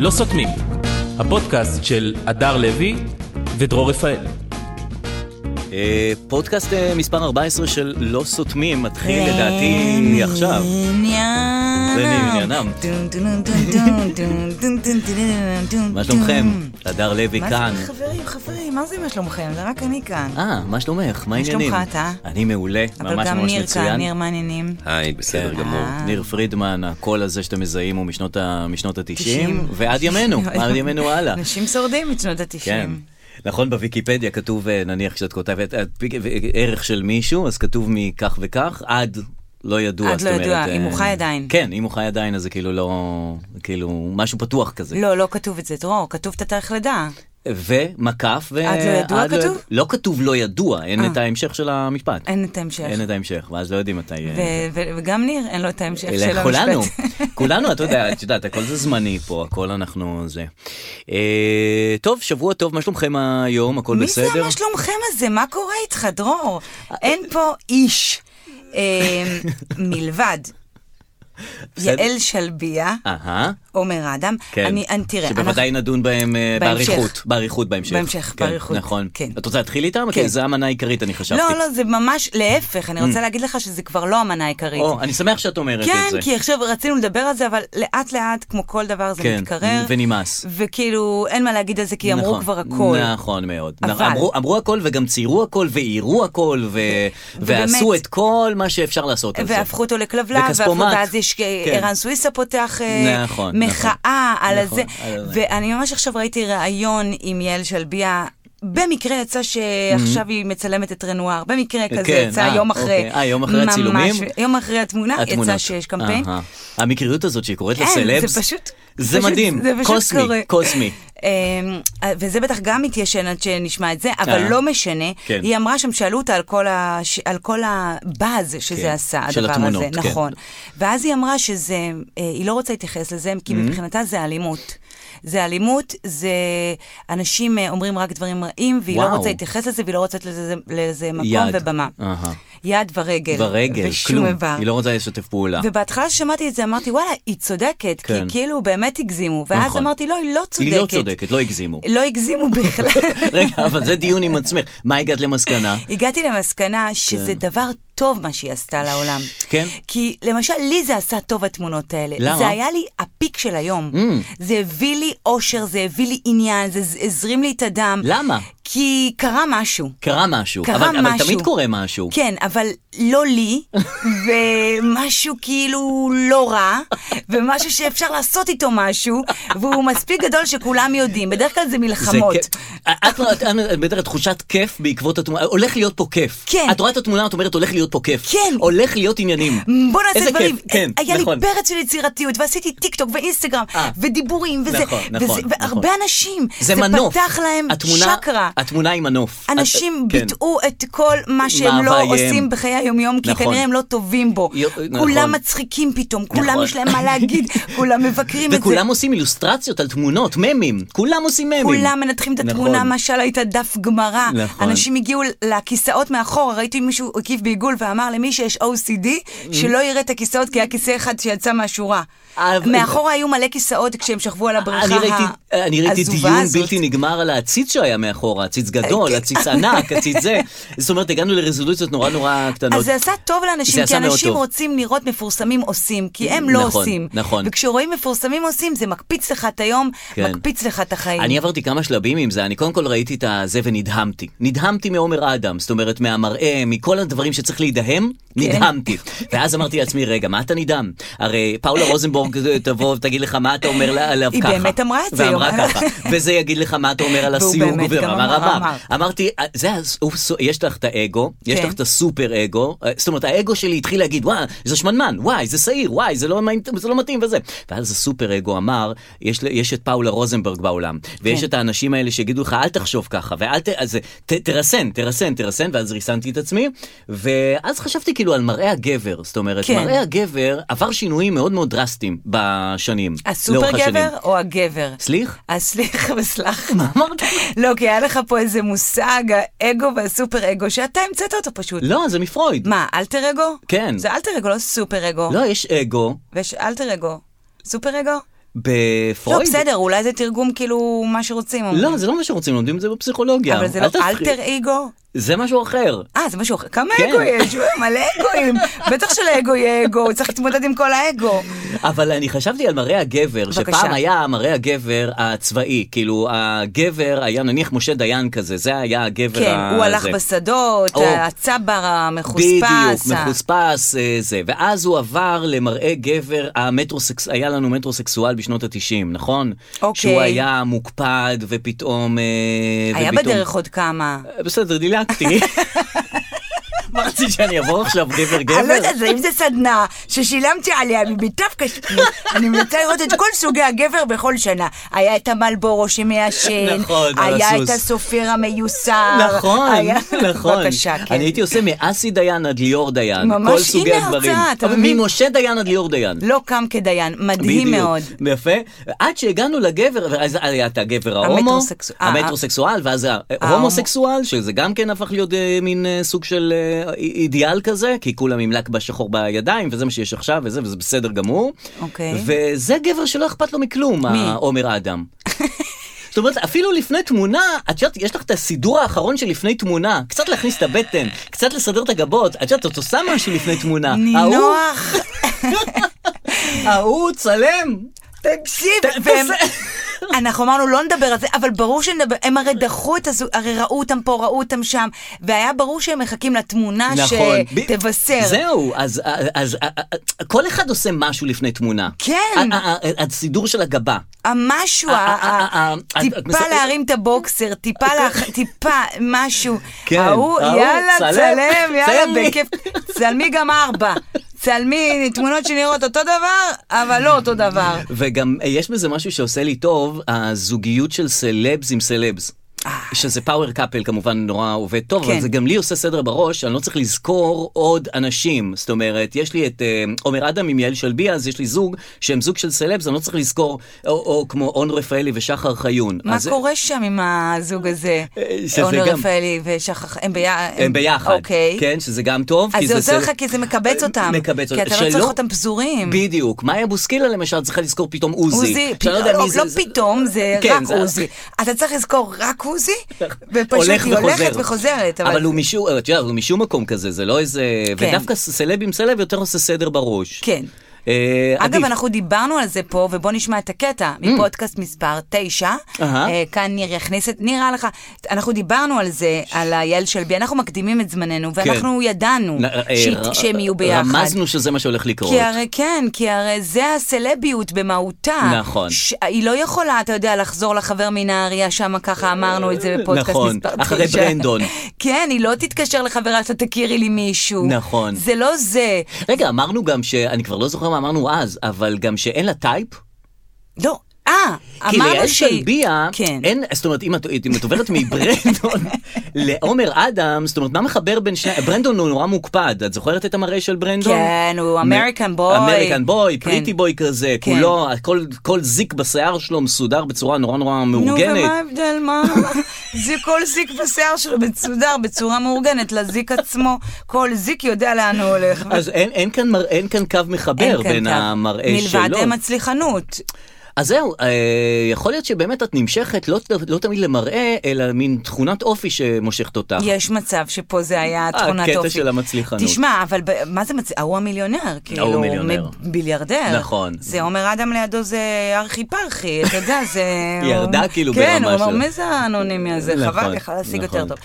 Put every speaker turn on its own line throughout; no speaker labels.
לא סותמים, הפודקאסט של הדר לוי ודרור רפאל.
אה, פודקאסט אה, מספר 14 של לא סותמים מתחיל
כן.
לדעתי מעכשיו. זה מעניינם. מה שלומכם? הדר לוי
מה
כאן.
זה חברים, חברים, מה זה מה שלומכם? זה רק אני כאן.
אה, מה שלומך? מה העניינים?
שלומך אתה?
אני מעולה,
אבל
ממש
גם
ממש
ניר כאן,
מצוין. כן.
ניר מעניינים.
היי, בסדר גמור.
ניר פרידמן, הקול הזה שאתם מזהים הוא משנות ה-90,
תשעים. נכון.
ועד ימינו, עד ימינו הלאה.
אנשים שורדים את שנות ה-90.
כן. נכון, בוויקיפדיה כתוב, אה, נניח כשאת כותבת אה, פיק- אה, ערך של מישהו, אז כתוב מכך וכך, עד לא ידוע.
עד
זאת
לא
אומרת,
ידוע,
אה,
אם הוא חי עדיין.
כן, אם הוא חי עדיין, אז זה כאילו לא... כאילו, משהו פתוח כזה.
לא, לא כתוב את זה, דרור, כתוב את התאריך לידה.
ומקף ו...
עד לא ידוע
עד לא
כתוב?
יד- לא כתוב לא ידוע, אין
אה.
את ההמשך של המשפט.
אין את ההמשך.
אין את ההמשך, ואז לא יודעים מתי... אה,
ו- ו- וגם ניר, אין לו את ההמשך של המשפט.
לכולנו, כולנו, את יודעת, את יודעת, הכל זה זמני פה, הכל אנחנו זה. אה, טוב, שבוע טוב, מה שלומכם היום? הכל
מי
בסדר?
זה מה שלומכם הזה? מה קורה איתך, דרור? אין פה איש אה, מלבד
בסדר.
יעל שלביה,
אהה.
עומר אדם.
כן.
אני, אני- תראה,
שבוודאי נדון בהם אה,
בהמשך.
באריכות, באריכות בהמשך.
בהמשך,
כן,
באריכות,
נכון.
כן.
את רוצה להתחיל איתם?
כן.
כן. זו המנה העיקרית, אני חשבתי.
לא, לא, זה ממש להפך, אני רוצה להגיד לך שזה כבר לא המנה העיקרית.
Mm. או, אני שמח שאת אומרת את
כן,
זה.
כי עכשיו רצינו לדבר על זה, אבל לאט לאט, כמו כל דבר, זה
כן,
מתקרר.
ונמאס.
וכאילו, אין מה להגיד על זה, כי אמרו
נכון,
כבר הכל.
נכון מאוד.
אבל-
אמרו, אמרו הכל וגם ציירו הכל ואיירו הכל ו...
ובאמת-
ועשו את כל מה שאפשר לעשות על זה.
והפכו אותו לכלבלב,
וכספומט.
והפכו- ואז יש אה,
כן.
ערן סוויסה פותח אה,
נכון,
מחאה
נכון,
על
נכון,
הזה.
על זה.
ואני ממש עכשיו ראיתי ראיון עם יעל שלביה. במקרה יצא שעכשיו היא מצלמת את רנואר, במקרה כזה
Mm-hmm. כן,
יצא
אה,
יום אחרי.
אוקיי. אה, יום אחרי
ממש-
הצילומים?
יום אחרי התמונה, יצא
התמונות.
שיש קמפיין.
אהה. המקריות הזאת שהיא קוראת
אין,
לסלבס,
כן, זה פשוט...
זה
פשוט-
מדהים,
זה פשוט
קוסמי,
קורה.
קוסמי.
אמ, וזה בטח גם מתיישן עד שנשמע את זה, אבל
אה.
לא משנה.
כן.
היא אמרה שם, שאלו אותה על כל ה- ש- על כל הבאז
כן,
שזה עשה,
של
הדבר
התמונות,
הזה.
כן.
נכון. ואז היא אמרה שזה, אה, היא לא רוצה להתייחס לזה,
Mm-hmm.
כי מבחינתה זה אלימות. זה אלימות, זה אנשים אה, אומרים רק דברים רעים, והיא לא
וואו.
רוצה להתייחס לזה, והיא לא רוצה לתת לזה- לזה מקום
יד.
ובמה.
אהה.
יד ורגל.
ברגל,
ושום
כלום,
איבר.
היא לא רוצה לשתף פעולה.
ובהתחלה ששמעתי את זה אמרתי, וואלה, היא צודקת, כי
כן.
כאילו באמת הגזימו. ואז
נכון.
אמרתי, לא, היא לא צודקת.
היא לא צודקת, לא הגזימו.
לא הגזימו בכלל.
רגע, אבל זה דיון עם עצמך. מה הגעת למסקנה?
הגעתי למסקנה שזה דבר טוב מה שהיא עשתה לעולם.
כן?
כי למשל, לי זה עשה טוב התמונות האלה.
למה? Mm.
זה היה לי הפיק של היום. זה הביא לי אושר, זה הביא לי עניין, זה ז- הזרים לי את הדם.
למה?
כי קרה משהו.
קרה משהו.
קרה
אבל, אבל
משהו.
תמיד קורה משהו.
כן, אבל לא לי, ומשהו כאילו לא רע, ומשהו שאפשר לעשות איתו משהו, והוא מספיק גדול שכולם יודעים. בדרך כלל זה מלחמות.
זה כיף. את רואה- את- את בטח תחושת כיף בעקבות התמונה, הולך להיות פה כיף.
כן.
את רואה את התמונה, את אומרת הולך להיות פה כיף.
כן.
הולך להיות עניינים.
בוא נעשה
איזה
דברים.
כיף, כן,
היה
נכון.
לי פרץ של יצירתיות, ועשיתי טיק טוק ואינסטגרם,
אה.
ודיבורים, וזה,
נכון,
וזה,
נכון,
והרבה אנשים,
זה מנוף.
פתח להם
התמונה-
שקרה.
התמונה היא מנוף.
אנשים
את- כן.
ביטאו את כל מה שהם לא
מאווייהם.
עושים בחיי היומיום, כי
נכון.
כנראה הם לא טובים בו.
יו-
כולם
נכון.
מצחיקים פתאום, כולם
נכון.
יש להם מה להגיד, כולם מבקרים את זה.
וכולם עושים אילוסטרציות על תמונות, ממים. כולם עושים ממים.
כולם מנתחים את התמונה,
נכון.
משל הייתה דף גמרא.
נכון.
אנשים הגיעו לכיסאות מאחורה, ראיתי מישהו הקיף בעיגול ואמר למי שיש OCD,
Mm.
שלא יראה את הכיסאות, כי היה כיסא אחד שיצא מהשורה.
אה,
מאחורה היו מלא כיסאות כשהם שכבו על
אני
הבריכה
ראיתי- אני ראיתי
העזובה
דיון
הזאת.
בלתי נגמר על העציץ שהיה מאחורה, עציץ גדול,
אה,
עציץ ענק, עציץ זה. זאת אומרת, הגענו לרזולוציות נורא נורא קטנות.
אז זה עשה טוב
זה
לאנשים, כי
עשה מאוד
אנשים
טוב.
רוצים לראות מפורסמים עושים, כי הם לא
נכון,
עושים.
נכון.
וכשרואים מפורסמים עושים, זה מקפיץ לך את היום,
כן.
מקפיץ לך את החיים.
אני עברתי כמה שלבים עם זה, אני קודם כל ראיתי את הזה ונדהמתי. נדהמתי מעומר אדם, זאת אומרת מהמראה, מכל הדברים שצריך להידהם,
כן.
נדהמתי. ואז אמרתי לעצמי, רגע, מה אתה נדהם? הרי פאולה רוזנבורג תבוא ותגיד לך מה אתה אומר לה- עליו
היא
ככה.
באמת אמרה את זה, היא
ואמרה
אמרה-
ככה. וזה יגיד לך מה אתה אומר על
והוא
הסיוג,
באמת גם
ואמר
אמר,
רמם.
אמר.
אמרתי, "אה, זה, הס- הוא ס- יש לך את האגו, יש
כן.
לך את הסופר אגו, אה, זאת אומרת, האגו שלי התחיל להגיד, וואי, זה שמנמן, וואי, זה שעיר, וואי, זה לא, מתאים- זה לא מתאים וזה. ואז הסופר אגו אמר, יש, ל- יש את פאולה רוזנברג בעולם, ויש
כן.
את האנשים האלה שיגידו לך, אל תחשוב ככה, ואל ת... אז, ת תרסן, תרסן, תרסן, ואז ריסנתי את עצמי, ואז חשבתי כאילו על מראה הגבר, זאת אומרת,
כן.
מראה הגבר עבר שינויים מאוד מאוד דרסטיים בשנים,
הסופר
לאורך השנים.
גבר או הגבר?
סלי-
סליח?
הסליח וסלח.
מה אמרת?
לא, כי היה לך פה איזה מושג, האגו והסופר אגו, שאתה המצאת אותו פשוט.
לא, זה מפרויד.
מה, אלטר אגו?
כן.
זה אלטר אגו, לא סופר אגו.
לא, יש אגו
ויש אלטר אגו. סופר אגו?
בפרויד.
לא, בסדר, אולי זה תרגום כאילו מה שרוצים. אומרים.
לא, זה לא מה שרוצים, לומדים את זה בפסיכולוגיה.
אבל זה
אל
לא
תפחיד.
אלטר אגו?
זה משהו אחר.
אה, זה משהו אחר. כמה
כן.
אגו יש? וואי, מלא אגואים. בטח שלאגו יהיה אגו, צריך להתמודד עם כל האגו.
אבל אני חשבתי על מראה הגבר,
בבקשה.
שפעם היה מראה הגבר הצבאי, כאילו הגבר היה נניח משה דיין כזה, זה היה הגבר
כן,
ה-
הוא הלך אה.
זה.
בשדות,
או.
הצבר המחוספס.
בדיוק,
ה-
מחוספס, אה, זה. ואז הוא עבר למראה גבר, המטרוסקס... היה לנו מטרוסקסואל בשנות ה-90, נכון?
אוקיי.
שהוא היה מוקפד, ופתאום... אה,
היה
ופתאום-
בדרך עוד כמה.
אה, בסדר, דילגתי. מה רצית שאני אעבור עכשיו גבר גבר?
אני לא יודעת, זה- אם זה סדנה ששילמתי עליה מביטף כספי, אני מנסה לראות את כל סוגי הגבר בכל שנה. היה את המלבורו שמעשן,
נכון, על
היה את
הסוס.
הסופר המיוסר.
נכון,
היה-
נכון.
בבקשה, כן.
אני הייתי עושה מאסי דיין עד ליאור דיין.
ממש,
כל סוגי
הנה
הדברים.
הרצאה, אתה
אבל
מבין?
ממשה דיין עד ליאור דיין.
לא קם כדיין, מדהים
בדיוק.
מאוד.
יפה. עד שהגענו לגבר, ואז היה את הגבר ההומו,
המטרוסקס- אה,
המטרוסקסואל, ואז ה- ההומוסקסואל, שזה גם כן הפך להיות אה, מין אה, סוג של אה, אי- אידיאל כזה, כי כולם עם לק בשחור בידיים, וזה מה שיש עכשיו, וזה, וזה בסדר גמור.
אוקיי.
וזה גבר שלא אכפת לו מכלום,
מי?
העומר אדם. זאת אומרת, אפילו לפני תמונה, את יודעת, יש לך את הסידור האחרון שלפני תמונה, קצת להכניס את הבטן, קצת לסדר את הגבות, את יודעת, את עושה משהו לפני תמונה. אה, ההוא-
נינוח.
ההוא צלם.
תקשיב,
ת-
והם-
תעשה-
אנחנו אמרנו לא נדבר על זה, אבל ברור שנדבר, הם הרי דחו את הזוג, הרי ראו אותם פה, ראו אותם שם, והיה ברור שהם מחכים לתמונה
נכון. ב-
שתבשר.
זהו, אז, אז, אז אה, אה, כל אחד עושה משהו לפני תמונה.
כן.
ה- ה- ה- הסידור של הגבה.
המשהו,
אה,
ה-
אה, אה, אה, אה, את
טיפה
מספר-
להרים את הבוקסר, טיפה, לה- טיפה משהו.
כן,
ההוא,
ההוא,
יאללה,
צלם,
צלם, יאללה,
צלמי.
בכיף. צלמי גם ארבע. צלמי תמונות שנראות אותו דבר, אבל לא אותו דבר.
וגם אה, יש בזה משהו שעושה לי טוב, הזוגיות של סלבס עם סלבס. שזה פאוור קאפל כמובן נורא עובד טוב,
אה. כן.
אבל זה גם לי עושה סדר בראש, אני לא צריך לזכור עוד אנשים. זאת אומרת, יש לי את אה, עומר אדם עם יעל שלבי, אז יש לי זוג שהם זוג של סלבס, אני לא צריך לזכור, או, או כמו און רפאלי ושחר חיון.
מה
אז-
קורה שם עם הזוג הזה?
אה, שזה
אונר
גם-
רפאלי ושחר, הם ביחד.
הם ביחד,
אוקיי.
כן, שזה גם טוב.
אז
כי
זה עוזר
סל-
לך כי זה מקבץ אותם.
מקבץ
כי
אותם.
אתה לא צריך
שלא-
אותם פזורים.
בדיוק, מאיה בוסקילה למשל צריכה לזכור פתאום עוזי.
עוזי,
שאני
פתאום,
יודע מי
לא,
זה-
לא
זה-
פתאום, זה
כן,
רק
זה-
עוזי. אתה צריך לזכור רק עוזי, ופשוט
הולך
היא הולכת וחוזרת.
אבל הוא משום, את יודעת, הוא משום מקום כזה, זה לא איזה...
כן.
ודווקא סלב עם סלב יותר עושה סדר בראש.
כן.
אה,
אגב,
עדיף. Mm.
אנחנו דיברנו על זה פה, ובוא נשמע את הקטע מפודקאסט מספר 9.
אהה.
כאן ניר יכניס את, נראה לך, אנחנו דיברנו על זה, על היעל שלבי, אנחנו מקדימים את זמננו, ואנחנו ידענו
כן. נ- אה,
שהיא-
ר-
שהם יהיו ביחד.
רמזנו שזה מה שהולך לקרות.
כי הרי כן, כי הרי זה הסלביות במהותה.
נכון.
ש... היא לא יכולה, אתה יודע, לחזור לחבר מנהריה, שם ככה אמרנו את זה בפודקאסט
נכון,
מספר 9.
אחרי ברנדון.
כן, היא לא תתקשר לחברה שלה, תכירי לי מישהו.
נכון.
זה לא זה.
רגע, אמרנו גם ש... אני כבר לא זוכר מה אמרנו אז, אבל גם שאין לה טייפ.
לא. אה,
כי ליעל
אמרנו שהיא...
שלביה,
כן.
אין, זאת אומרת, אם את, אם את עוברת מברנדון לעומר אדם, זאת אומרת, מה מחבר בין שני... ברנדון הוא נורא מוקפד, את זוכרת את המראה של ברנדון?
כן, הוא אמריקן בוי.
אמריקן בוי,
כן.
פריטי בוי כזה,
כן.
כולו, כל, כל זיק בשיער שלו מסודר בצורה נורא נורא מאורגנת.
נו, ומה ההבדל? מה? זה כל זיק בשיער שלו מצודר בצורה מאורגנת לזיק עצמו. כל זיק יודע לאן הוא הולך.
אז אין, אין, כאן מר, אין כאן קו מחבר
אין כאן
בין
קו.
המראה שלו.
מלבד אה, מצליחנות.
אז זהו, אה, יכול להיות שבאמת את נמשכת לא, לא תמיד למראה, אלא מין תכונת אופי שמושכת אותך.
יש מצב שפה זה היה תכונת
אה. הקטע
אופי.
של המצליחנות.
תשמע, אבל ב- מה זה מצליח? ההוא המיליונר, כאילו, הוא
מיליונר.
מ- ביליארדר.
נכון.
זה עומר אדם לידו זה ארכי פרחי, אתה יודע, זה...
היא ירדה
הוא-
כאילו
כן,
ברמה
הוא אמר,
של-
מי זה האנונימי הזה? חבל,
נכון,
יכל להשיג
נכון.
יותר טוב.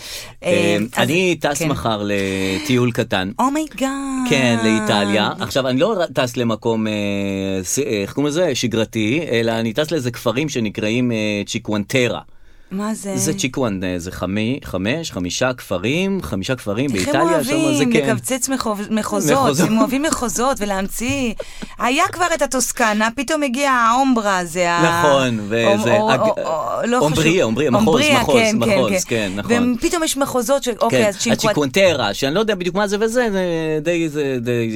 אה,
אז-
אני טס
כן. אה. Oh
מחר לטיול קטן.
אומייגאד.
כן, לאיטליה. עכשיו, אני לא טס למקום, אה, ס- אה, איך קוראים לזה? שגרתי, אלא אני טס לאיזה כפרים שנקראים אה, צ'יקוונטרה.
מה זה?
זה צ'יקוואן, אה, זה חמי- חמש, חמישה כפרים, חמישה כפרים
איך
באיטליה.
הם
שם זה
אוהבים
כן.
לקבצץ מחוב- מחוזות,
מחוזות.
הם אוהבים מחוזות ולהמציא. היה כבר את הטוסקנה, פתאום הגיע האומברה הזה. ה-
נכון, וזה-
או- או-
הג-
או- או- לא
אומבריה,
חשוב.
אומבריה, מחוז,
אומבריה,
מחוז,
כן, כן,
מחוז, כן, נכון.
ופתאום יש מחוזות, ש- אוקיי,
כן,
אז צ'ינקוואט...
הצ'יקוונטרה, שאני לא יודע בדיוק מה זה וזה, זה די, זה די,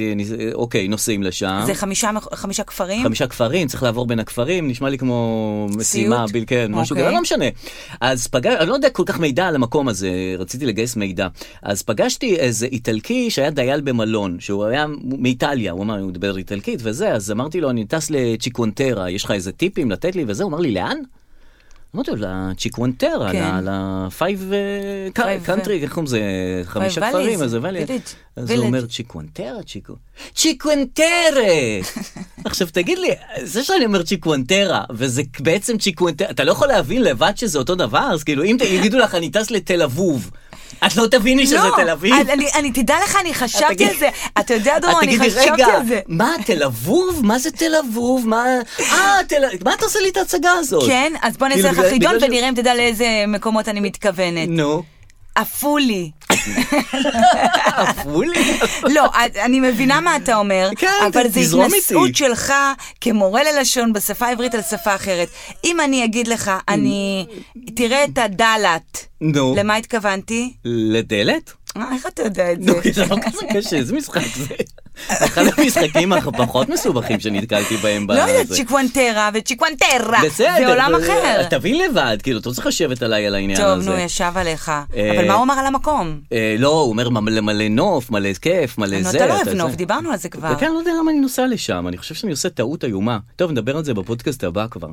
אוקיי, נוסעים לשם.
זה חמישה מח- חמישה כפרים?
חמישה כפרים, צריך לעבור בין הכפרים, נשמע לי כמו משימה,
סיוט?
בל, כן, משהו
אוקיי.
כזה, לא משנה. אז פגשתי, אני לא יודע כל כך מידע על המקום הזה, רציתי לגייס מידע. אז פגשתי איזה איטלקי שהיה דייל במלון, שהוא היה מאיטליה, הוא אמר, הוא מדבר איטלקית וזה, אז אמרתי לו, אני טס לצ'יקוונטרה, יש לך איזה טיפים לתת לי וזה, הוא אמר לי, לאן? אמרתי לו, לצ'יקוונטרה,
כן.
ל- ל-five אה,
Five,
country, איך קוראים לזה, חמישה
valleys,
כפרים, אז זה
village,
אז הוא
village.
אומר, צ'יקוונטרה, צ'יקו... צ'יקוונטרה! עכשיו תגיד לי, זה שאני אומר צ'יקוונטרה, וזה בעצם צ'יקוונטרה, אתה לא יכול להבין לבד שזה אותו דבר? אז כאילו, אם ת- יגידו לך, אני טס לתל אביב, את לא תביני שזה תל אביב?
לא, אני- אני, תדע לך, אני חשבתי
תגיד-
על זה. אתה יודע,
את
דרור, אני
תגידי,
חשבתי
רגע,
על זה.
מה, תל אביב? מה זה תל אביב? מה... אה, תל אביב, מה אתה עושה לי את ההצגה הזאת?
כן, אז בוא נעשה
כאילו,
לך
בגלל-
חידון
בגלל ש-
ונראה אם תדע לאיזה מקומות אני מתכוונת.
נו,
עפולי.
עפו לי.
לא, את- אני מבינה מה אתה אומר,
כן,
אבל זה
תזרום איתי.
התנסות שלך כמורה ללשון בשפה העברית על שפה אחרת. אם אני אגיד לך, אני... תראה את הדלת.
נו.
למה התכוונתי?
לדלת?
אה, איך אתה יודע את זה?
נו, כי זה לא כזה קשה, איזה משחק זה? אחד המשחקים הפחות מסובכים שנתקלתי בהם.
לא יודעת,
בזה.
צ'יקוונטרה וצ'יקוונטרה.
בסדר.
זה עולם
אבל,
אחר.
אה, תבין לבד, כאילו, אתה לא צריך לשבת עליי על העניין
טוב,
הזה.
נו, ישב עליך.
אה,
אבל מה הוא אמר על המקום?
אה, לא, הוא אומר מלא מלא נוף, מלא כיף, מלא
נו,
אה, זה.
אתה לא אוהב נוף,
זה.
דיברנו על זה כבר.
וכאן לא יודע למה אני נוסע לשם, אני חושב שאני עושה טעות איומה. טוב, נדבר על זה בפודקאסט הבא כבר.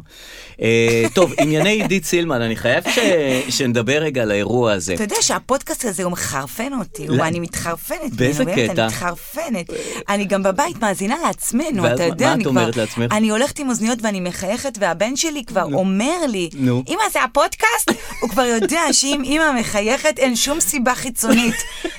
אה, טוב, ענייני עידית סילמן, אני חייב ש- שנדבר רגע על האירוע הזה.
אתה יודע שהפודקאסט הזה הוא מחרפן אותי, הוא-
לא.
אני מתחרפנת. ממנו,
באיזה
באמת,
קטע?
אני מתחרפנת. אני גם בבית מאזינה לעצמנו,
ואז
אתה
מה-
יודע,
מה
אני
את
כבר...
אומרת לעצמך?
אני הולכת עם אוזניות ואני מחייכת, והבן שלי כבר אומר לי,
נו.
אמא, זה הפודקאסט? הוא כבר יודע שאם אמא מחייכת, אין שום סיבה חיצונית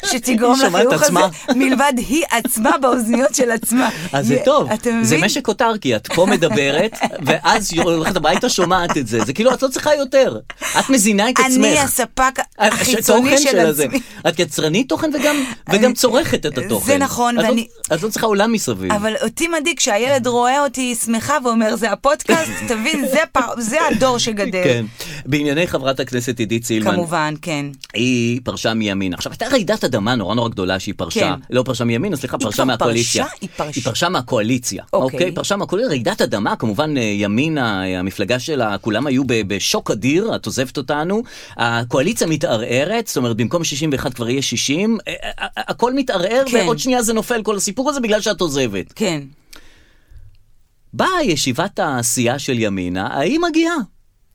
שתגרום
היא שומעת
לחיוך הזה,
עצמה.
מלבד היא עצמה באוזניות של עצמה.
אז זה
ו-
טוב,
אתה
זה
מבין?
משק אוטרקי, את פה מדברת, ואז הולכת הביתה שומעת את זה, זה כאילו את לא צריכה יותר, את מזינה את עצמך. אה,
אני הספק
את-
החיצוני
התוכן
של
הזה.
עצמי.
את יצרנית תוכן וגם- וגם צורכת את התוכן.
זה נכון,
את לא-
ואני-
את לא צריכה עולם מסביב.
אבל אותי מדאיג
כן.
כשהילד רואה אותי שמחה ואומר, זה הפודקאסט, תבין, זה, פ... זה הדור שגדל.
כן. בענייני חברת הכנסת עידית סילמן,
כמובן, כן.
היא פרשה מימין. עכשיו, הייתה רעידת אדמה נורא נורא גדולה שהיא פרשה.
כן.
לא פרשה מימין, אז סליחה,
היא
פרשה
כבר
מהקואליציה.
פרשה? היא פרשה.
היא פרשה מהקואליציה.
אוקיי.
אוקיי? פרשה מהקואליציה, רעידת אדמה, כמובן אה, ימינה, אה, המפלגה שלה, כולם היו ב- בשוק אדיר, את עוזבת אותנו. הקואליציה מתערערת, זאת אומרת, במקום 61 כבר יהיה 60, אה, אה, אה, הכל מתערער,
כן.
ועוד שנייה זה נופל כל הסיפור הזה בגלל שאת עוזבת.
כן.
באה ישיבת העשייה של ימינה, ההיא מגיעה.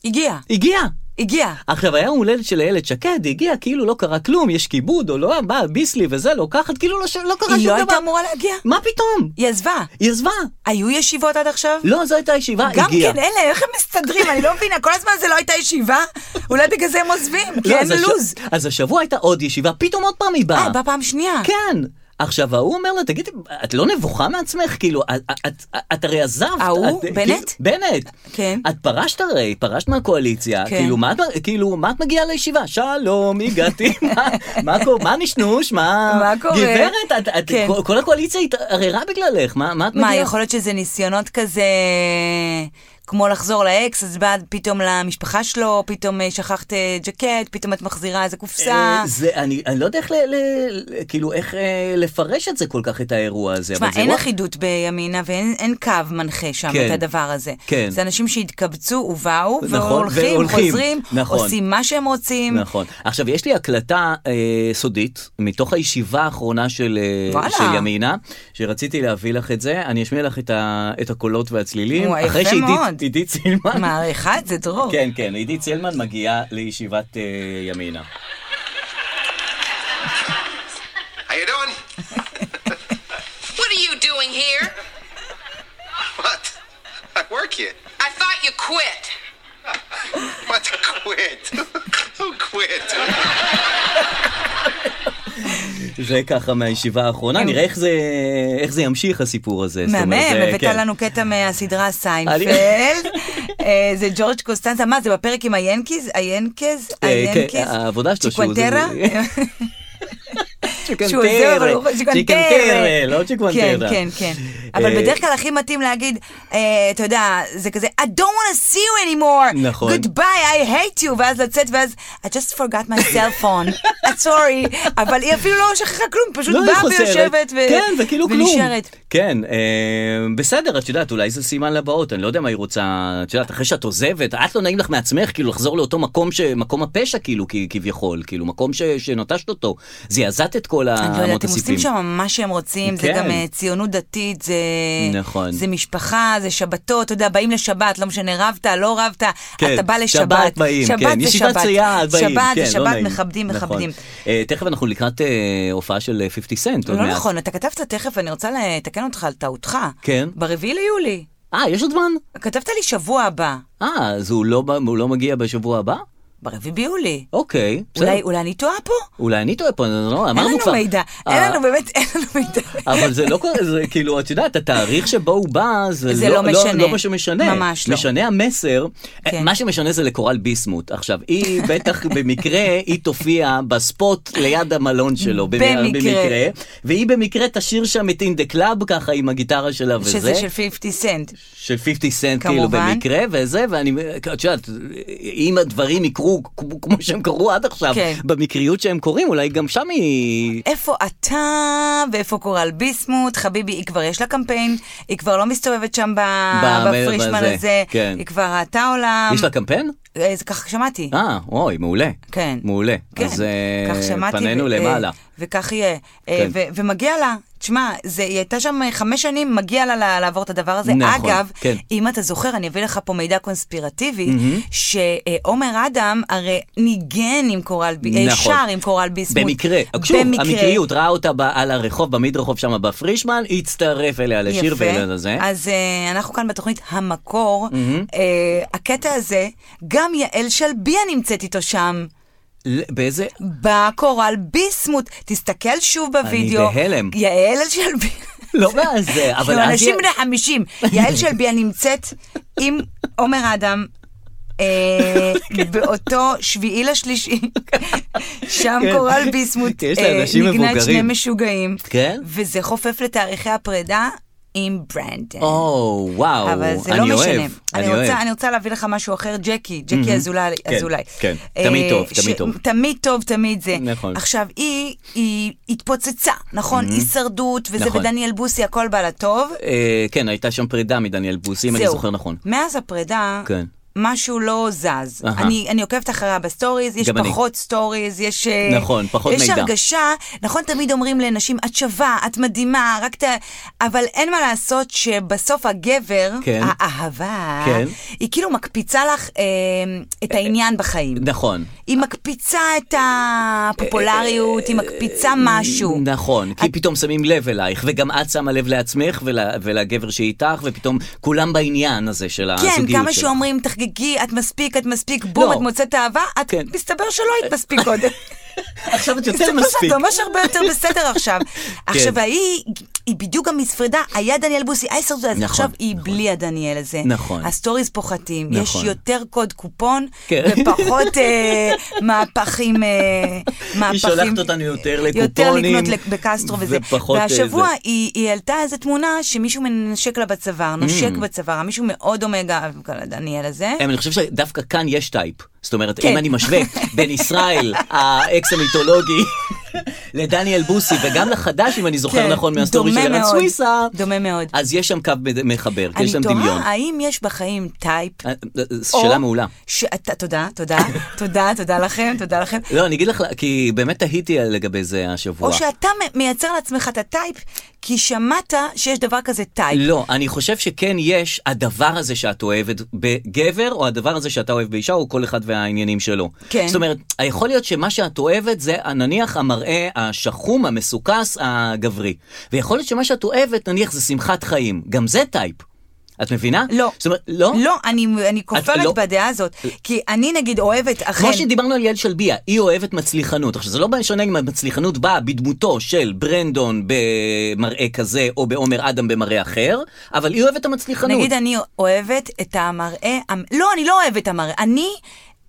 הגיע,
הגיעה.
הגיע.
עכשיו, היה יום הולדת של איילת שקד, היא הגיעה, כאילו לא קרה כלום, יש כיבוד, או לא, מה, ביסלי וזה, לוקחת, כאילו לא, ש- לא קרה
היא
שום דבר.
לא הייתה אמורה להגיע?
מה פתאום?
היא עזבה.
היא עזבה.
היו ישיבות עד עכשיו?
לא, זו הייתה ישיבה,
גם
הגיעה.
כן, אלה, איך הם מסתדרים? אני לא מבינה, כל הזמן זה לא הייתה ישיבה? אולי בגלל זה הם עוזבים, כי
לא,
אין
אז הש-
לו"ז.
אז השבוע הייתה עוד ישיבה, פתאום עוד פעם היא באה.
אה, בא פעם שנייה.
כן. עכשיו, ההוא אומר לה, תגידי, את לא נבוכה מעצמך? כאילו, את, את, את הרי עזבת.
ההוא?
את-
בנט?
כאילו, בנט.
כן.
את פרשת הרי, פרשת מהקואליציה.
כן.
כאילו, מה, את- כאילו, מה את מגיעה לישיבה? שלום, הגעתי, מה, מה, קורה? מה נשנוש? מה...
מה קורה?
גברת, את, את,
כן.
כל, כל הקואליציה התערערה בגללך, מה, מה את
מה,
מגיעה?
יכול להיות שזה ניסיונות כזה... כמו לחזור לאקס, אז באת פתאום למשפחה שלו, פתאום אה, שכחת אה, ג'קט, פתאום את מחזירה איזה קופסה.
אה, זה, אני, אני לא יודע איך, ל, ל, ל, כאילו, איך אה, לפרש את זה כל כך, את האירוע הזה.
תשמע,
אבל זה
אין
לא-
אחידות בימינה ואין אין קו מנחה שם
כן.
את הדבר הזה.
כן.
זה אנשים שהתקבצו ובאו,
נכון,
והולכים,
והולכים.
חוזרים,
נכון.
עושים מה שהם רוצים.
נכון. עכשיו, יש לי הקלטה אה, סודית מתוך הישיבה האחרונה של, אה,
וואלה.
של ימינה, שרציתי להביא לך את זה. אני אשמיע לך את, ה, את הקולות והצלילים.
וואי,
אחרי
יפה
שעידית-
מאוד.
עידית סילמן...
מעריכה את זה, דרור.
כן, כן, עידית סילמן מגיעה לישיבת אה, ימינה.
How you doing?
What are you doing here?
What? I work here.
I thought you quit.
What? Quit? Who quit?
זה ככה מהישיבה האחרונה, נראה איך זה, איך זה ימשיך הסיפור הזה. זאת
כן. מהמם,
אומרת, זה-
הבאת
כן.
לנו קטע מהסדרה סיינפלד. אה, זה ג'ורג' קוסטנזה, מה, זה בפרק עם היאנקיז? היאנקז?
אה, כן,
היאנקיז?
העבודה שלו שהוא-
צ'יקוונטרה?
זה-
שהוא עוזר, אבל הוא
צ'יקנטרה, לא
כן,
צ'יקנטרה.
כן, כן. אבל
אה,
בדרך כלל הכי מתאים להגיד, אה, אתה יודע, זה כזה, I don't want to see you anymore.
נכון.
Goodbye, I hate you. ואז לצאת, ואז, I just forgot my cell phone. I'm sorry. אבל היא אפילו לא שכחה כלום, פשוט
לא, היא
באה
חוזרת.
ויושבת ו-
כן, זה כאילו כלום.
ונשארת.
כן, אה, בסדר, את יודעת, אולי זה סימן לבאות, אני לא יודע מה היא רוצה, את יודעת, אחרי שאת עוזבת, את לא נעים לך מעצמך, כאילו, לחזור לאותו מקום, ש... מקום הפשע, כאילו, כ- כביכול, כאילו, מקום ש... שנטשת אותו. זעזעת את כל
אני
אה, המוטוסיפים.
לא יודעת, הם עושים שם מה שהם רוצים, זה
כן.
גם אה, ציונות דתית, זה...
נכון.
זה משפחה, זה שבתות, אתה יודע, באים לשבת, לא משנה, רבת, לא רבת,
כן,
אתה בא לשבת.
שבת באים,
שבת
כן,
זה
ישיבת
שבת.
סיעה, אז באים,
שבת
כן,
זה
לא
שבת,
נעים.
מכבדים,
נכון.
מכבדים.
אה, תכף אנחנו לקראת אה, הופעה של אה, 50 סנט, עוד
לא
מעט.
נכון, אתה כתבת תכף, אני רוצה לתקן אותך על טעותך.
כן.
ברביעי ליולי.
אה, יש עוד זמן?
כתבת לי שבוע הבא.
אה, אז הוא לא, בא- הוא לא מגיע בשבוע הבא?
ברביעי ביולי.
אוקיי,
אולי, אולי אני טועה פה?
אולי אני טועה פה, לא, אמרנו כבר.
אין לנו מידע, אין
אה,
לנו באמת, אין לנו מידע.
אבל זה לא קורה, זה כאילו, את יודעת, התאריך שבו הוא בא, זה,
זה לא משנה.
לא מה שמשנה.
ממש לא.
משנה המסר,
כן.
מה שמשנה זה לקורל ביסמוט. עכשיו, היא בטח במקרה, היא תופיע בספוט ליד המלון שלו. במ-
במקרה.
והיא במקרה תשיר שם את אין דה קלאב, ככה עם הגיטרה שלה וזה.
שזה של 50 סנט.
של 50 סנט כאילו
כמובן.
במקרה וזה ואני את יודעת אם הדברים יקרו כמו כמו שהם קרו עד עכשיו
כן.
במקריות שהם קורים אולי גם שם היא
איפה אתה ואיפה קורל ביסמוט, חביבי, היא כבר יש לה קמפיין, היא כבר לא מסתובבת שם ב...
ב-
בפרישמן
בזה,
הזה,
כן.
היא כבר ראתה עולם.
יש לה קמפיין?
אה, זה ככה שמעתי.
אה אוי מעולה
כן.
מעולה
כן,
אז אה,
כך שמעתי.
פנינו
ו-
למעלה
אה, וכך יהיה. אה,
כן.
ו- ומגיע לה, תשמע, זה- היא הייתה שם אה, חמש שנים, מגיע לה לה- לעבור את הדבר הזה.
נכון,
אגב,
כן.
אם אתה זוכר, אני אביא לך פה מידע קונספירטיבי, שעומר אדם הרי ניגן עם קורל ביסמוט,
נכון.
אה, שר עם קורל ביסמוט.
במקרה, שוב,
במקרה.
המקריות, ראה אותה ב- על הרחוב, במדרחוב שם בפרישמן, הצטרף אליה לשיר
יפה.
ואליה לזה.
אז אה, אנחנו כאן בתוכנית המקור, אה, הקטע הזה, גם יעל שלביה נמצאת איתו שם.
ל- באיזה...
בקורל ביסמוט, תסתכל שוב בווידאו.
בהלם.
יעל שלביה.
לא מה זה, אבל...
כאילו,
אז
אנשים
היא-
בני 50. יעל שלביה נמצאת עם עומר אדם. אה,
כן.
באותו שביעי לשלישי, שם
כן.
קורל ביסמוט
יש
אה,
לאנשים
ניגנה את שני
מבוגרים.
משוגעים,
כן?
וזה חופף לתאריכי הפרידה עם ברנדן.
או, וואו,
אבל זה
אני
לא
אוהב,
משנה.
אני
אני
אוהב.
רוצה, אני רוצה להביא לך משהו אחר, ג'קי, ג'קי אזולאי.
כן,
אזולאי.
כן.
אה,
תמיד טוב,
ש-
תמיד טוב.
תמיד טוב, תמיד זה.
נכון.
עכשיו, היא, היא התפוצצה, נכון? הישרדות, וזה
נכון.
ודניאל בוסי, הכל בא לטוב.
אה, כן, הייתה שם פרידה מדניאל בוסי, אם אני
זהו.
זוכר נכון.
מאז הפרידה,
כן.
משהו לא זז.
אהה.
אני, אני עוקבת אחריה בסטוריז, יש
גם אני.
פחות סטוריז, יש... אה,
נכון, פחות
יש
מידע.
הרגשה, נכון, תמיד אומרים לנשים, את שווה, את מדהימה, רק ת... אבל אין מה לעשות שבסוף הגבר,
כן.
האהבה,
כן.
היא כאילו מקפיצה לך אה, את העניין בחיים.
נכון.
היא מקפיצה את הפופולריות, היא
אה,
מקפיצה משהו.
נכון, כי פתאום שמים לב אלייך, וגם את שמה לב לעצמך ול, ולגבר שאיתך, ופתאום כולם בעניין הזה של הזוגיות
כן,
שלך.
כמה שאומרים, תחגגי, את מספיק, את מספיק, בום,
לא.
את מוצאת אהבה, את
כן.
מסתבר שלא היית מספיק עוד.
עכשיו את יותר
מסתבר
מספיק. כן.
שאת לא, ממש הרבה יותר בסדר עכשיו. עכשיו, ההיא, היא בדיוק גם נפרדה, היה דניאל בוסי, היה סרטוט, אז
נכון,
עכשיו היא
נכון.
בלי הדניאל הזה.
נכון.
הסטוריז פוחתים, יש
נכון.
יותר קוד קופון,
כן.
ופחות אה, מהפכים, אה, מהפכים.
היא שולחת אותנו יותר לקופונים.
יותר לקנות לק- בקסטרו וזה.
ופחות, אה,
והשבוע
זה.
היא, היא העלתה איזו תמונה שמישהו מנשק לה
Mm.
בצוואר, נושק בצוואר, מישהו מאוד אומגה, דניאל הזה.
הם, אמ, אני חושב שדווקא כאן יש טייפ. זאת אומרת,
כן.
אם אני משווה בין ישראל, האקס המיתולוגי, לדניאל בוסי, וגם לחדש, אם אני זוכר
כן,
נכון מהסטורי של
דומה
ערן
מאוד,
סוויסה,
דומה מאוד.
אז יש שם קו מד- מחבר, כי יש שם
אני
דמיון.
תוהה האם יש בחיים טייפ.
אה, אה, שאלה מעולה.
ש... ת- תודה, תודה, תודה, תודה לכם, תודה לכם.
לא, אני אגיד לך, כי באמת תהיתי על- לגבי זה השבוע.
או שאתה מ- מייצר לעצמך את הטייפ, כי שמעת שיש דבר כזה טייפ.
לא, אני חושב שכן יש הדבר הזה שאת אוהבת בגבר, או הדבר הזה שאתה אוהב באישה, או כל אחד והעניינים שלו.
כן.
זאת אומרת, יכול להיות שמה שאת אוהבת זה נניח המראה השחום, המסוכס, הגברי. ויכול להיות שמה שאת אוהבת, נניח זה שמחת חיים. גם זה טייפ. את מבינה?
לא.
זאת אומרת, לא?
לא, אני, אני כופרת
לא-
בדעה הזאת, כי אני נגיד אוהבת, אכן...
כמו שדיברנו על יעל שלביה, היא אוהבת מצליחנות. עכשיו, זה לא משנה אם המצליחנות באה בדמותו של ברנדון במראה כזה, או בעומר אדם במראה אחר, אבל היא אוהבת את המצליחנות.
נגיד אני אוהבת את המראה, המ- לא, אני לא אוהבת את המראה, אני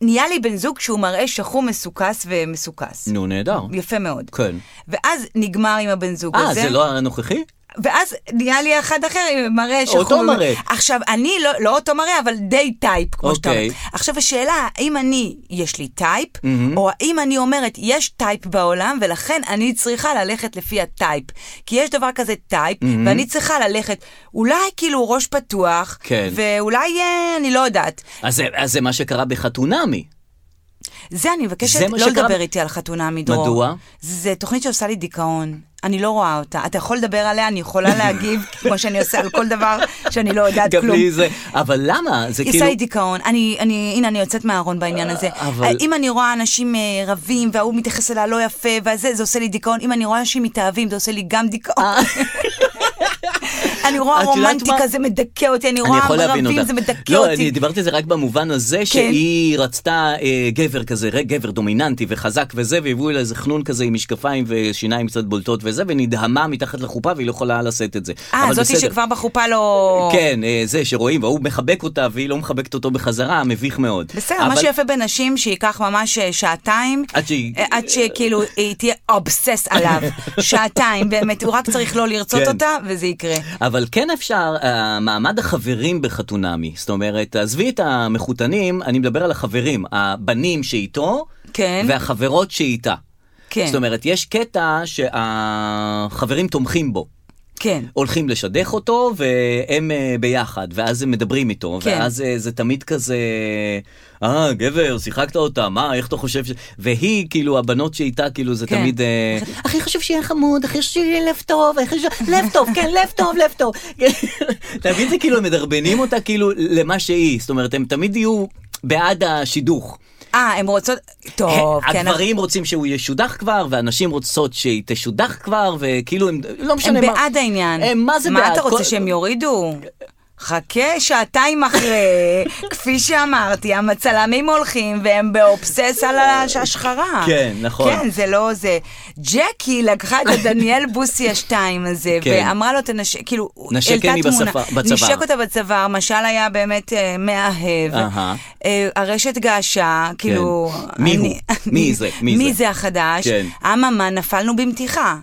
נהיה לי בן זוג שהוא מראה שחום מסוכס ומסוכס.
נו, נהדר.
יפה מאוד.
כן.
ואז נגמר עם הבן זוג הזה.
אה, זה לא הנוכחי?
ואז נהיה לי אחד אחר עם מראה שחור.
אותו מראה.
עכשיו, אני לא, לא אותו מראה, אבל די טייפ, כמו שאתה
אוקיי.
אומר. עכשיו, השאלה, האם אני, יש לי טייפ, או האם אני אומרת, יש טייפ בעולם, ולכן אני צריכה ללכת לפי הטייפ. כי יש דבר כזה טייפ, ואני צריכה ללכת, אולי כאילו ראש פתוח,
כן.
ואולי, אה, אני לא יודעת.
אז זה- אז זה מה שקרה בחתונמי.
זה אני מבקשת
זה מה
לא
שקרה-
לדבר איתי על חתונה מדרור.
מדוע?
זה תוכנית שעושה לי דיכאון. אני לא רואה אותה. אתה יכול לדבר עליה, אני יכולה להגיב, כמו שאני עושה על כל דבר שאני לא יודעת
גם
כלום.
לי זה, אבל למה? זה
היא
כאילו...
עושה לי דיכאון, אני, אני, הנה אני יוצאת מהארון בעניין הזה. אה,
אבל-
אם אני רואה אנשים אה, רבים וההוא מתייחס אליה לא יפה וזה, זה עושה לי דיכאון. אם אני רואה אנשים מתאהבים, זה עושה לי גם דיכאון. אני רואה
אה. את יודעת
רומנטי
מה?
כזה מדכא אותי, אני
אני
רואה
יכול להבין
רבים,
אותה.
זה מדכא
לא, אני
אותי. כן.
דיברתי על זה רק במובן הזה שהיא רצתה אה, גבר כזה, ר- גבר דומיננטי וחזק וזה, והביאו לה איזה חנון כזה עם משקפיים ושיניים קצת בולטות וזה, ונדהמה מתחת לחופה והיא לא יכולה לשאת את זה.
אה,
אבל
זאתי
בסדר.
שכבר בחופה לא...
כן, אה, זה שרואים, והוא מחבק אותה והיא לא מחבקת אותו בחזרה, מביך מאוד.
בסדר, מה
אבל-
שיפה בנשים, שייקח ממש אה, שעתיים.
עד שהיא-
אה, עד שכאילו היא תהיה אובסס עליו. שעתיים, באמת, הוא רק צריך לא לרצות
כן.
אותה, וזה יקרה.
אבל כן אפשר, אה, מעמד החברים בחתונמי, זאת אומרת, עזבי את המחותנים, אני מדבר על החברים, הבנים שאיתו,
כן.
והחברות שאיתה.
כן.
זאת אומרת, יש קטע שהחברים תומכים בו.
כן.
הולכים לשדך אותו, והם אה, ביחד, ואז הם מדברים איתו,
כן.
ואז אה, זה תמיד כזה, אה, גבר, שיחקת אותה, מה, איך אתה חושב ש... והיא, כאילו, הבנות שאיתה, כאילו, זה
כן.
תמיד... אה, הכי חשוב שיהיה חמוד, הכי חשוב שיהיה לב טוב, הכי חשוב... לב טוב, כן, לב טוב, לב טוב. תמיד זה כאילו, הם מדרבנים אותה כאילו למה שהיא, זאת אומרת, הם תמיד יהיו בעד השידוך.
אה, הם רוצות... טוב, כן. אנחנו-
הגברים אה, רוצים שהוא ישודח כבר, והנשים רוצות שהיא תשודח כבר, וכאילו הם, לא משנה
הם
מה.
בעד העניין.
הם, מה זה בעד?
מה אתה
כל-
רוצה, שהם יורידו? חכה שעתיים אחרי, כפי שאמרתי, המצלמים הולכים והם באובסס על הש- השחרה.
כן, נכון.
כן, זה לא זה. ג'קי לקחה את הדניאל בוסי השתיים הזה,
כן.
ואמרה לו, תנש... כאילו,
נשק
העלתה
אני
תמונה.
בשפה- בצוואר.
נשק אותה בצוואר, משל היה באמת אה, מאהב.
אהה. כן.
אה, הרשת געשה, כאילו...
מי הוא?
אני-
מי זה? מי זה?
מי זה החדש?
כן.
אממה, נפלנו במתיחה.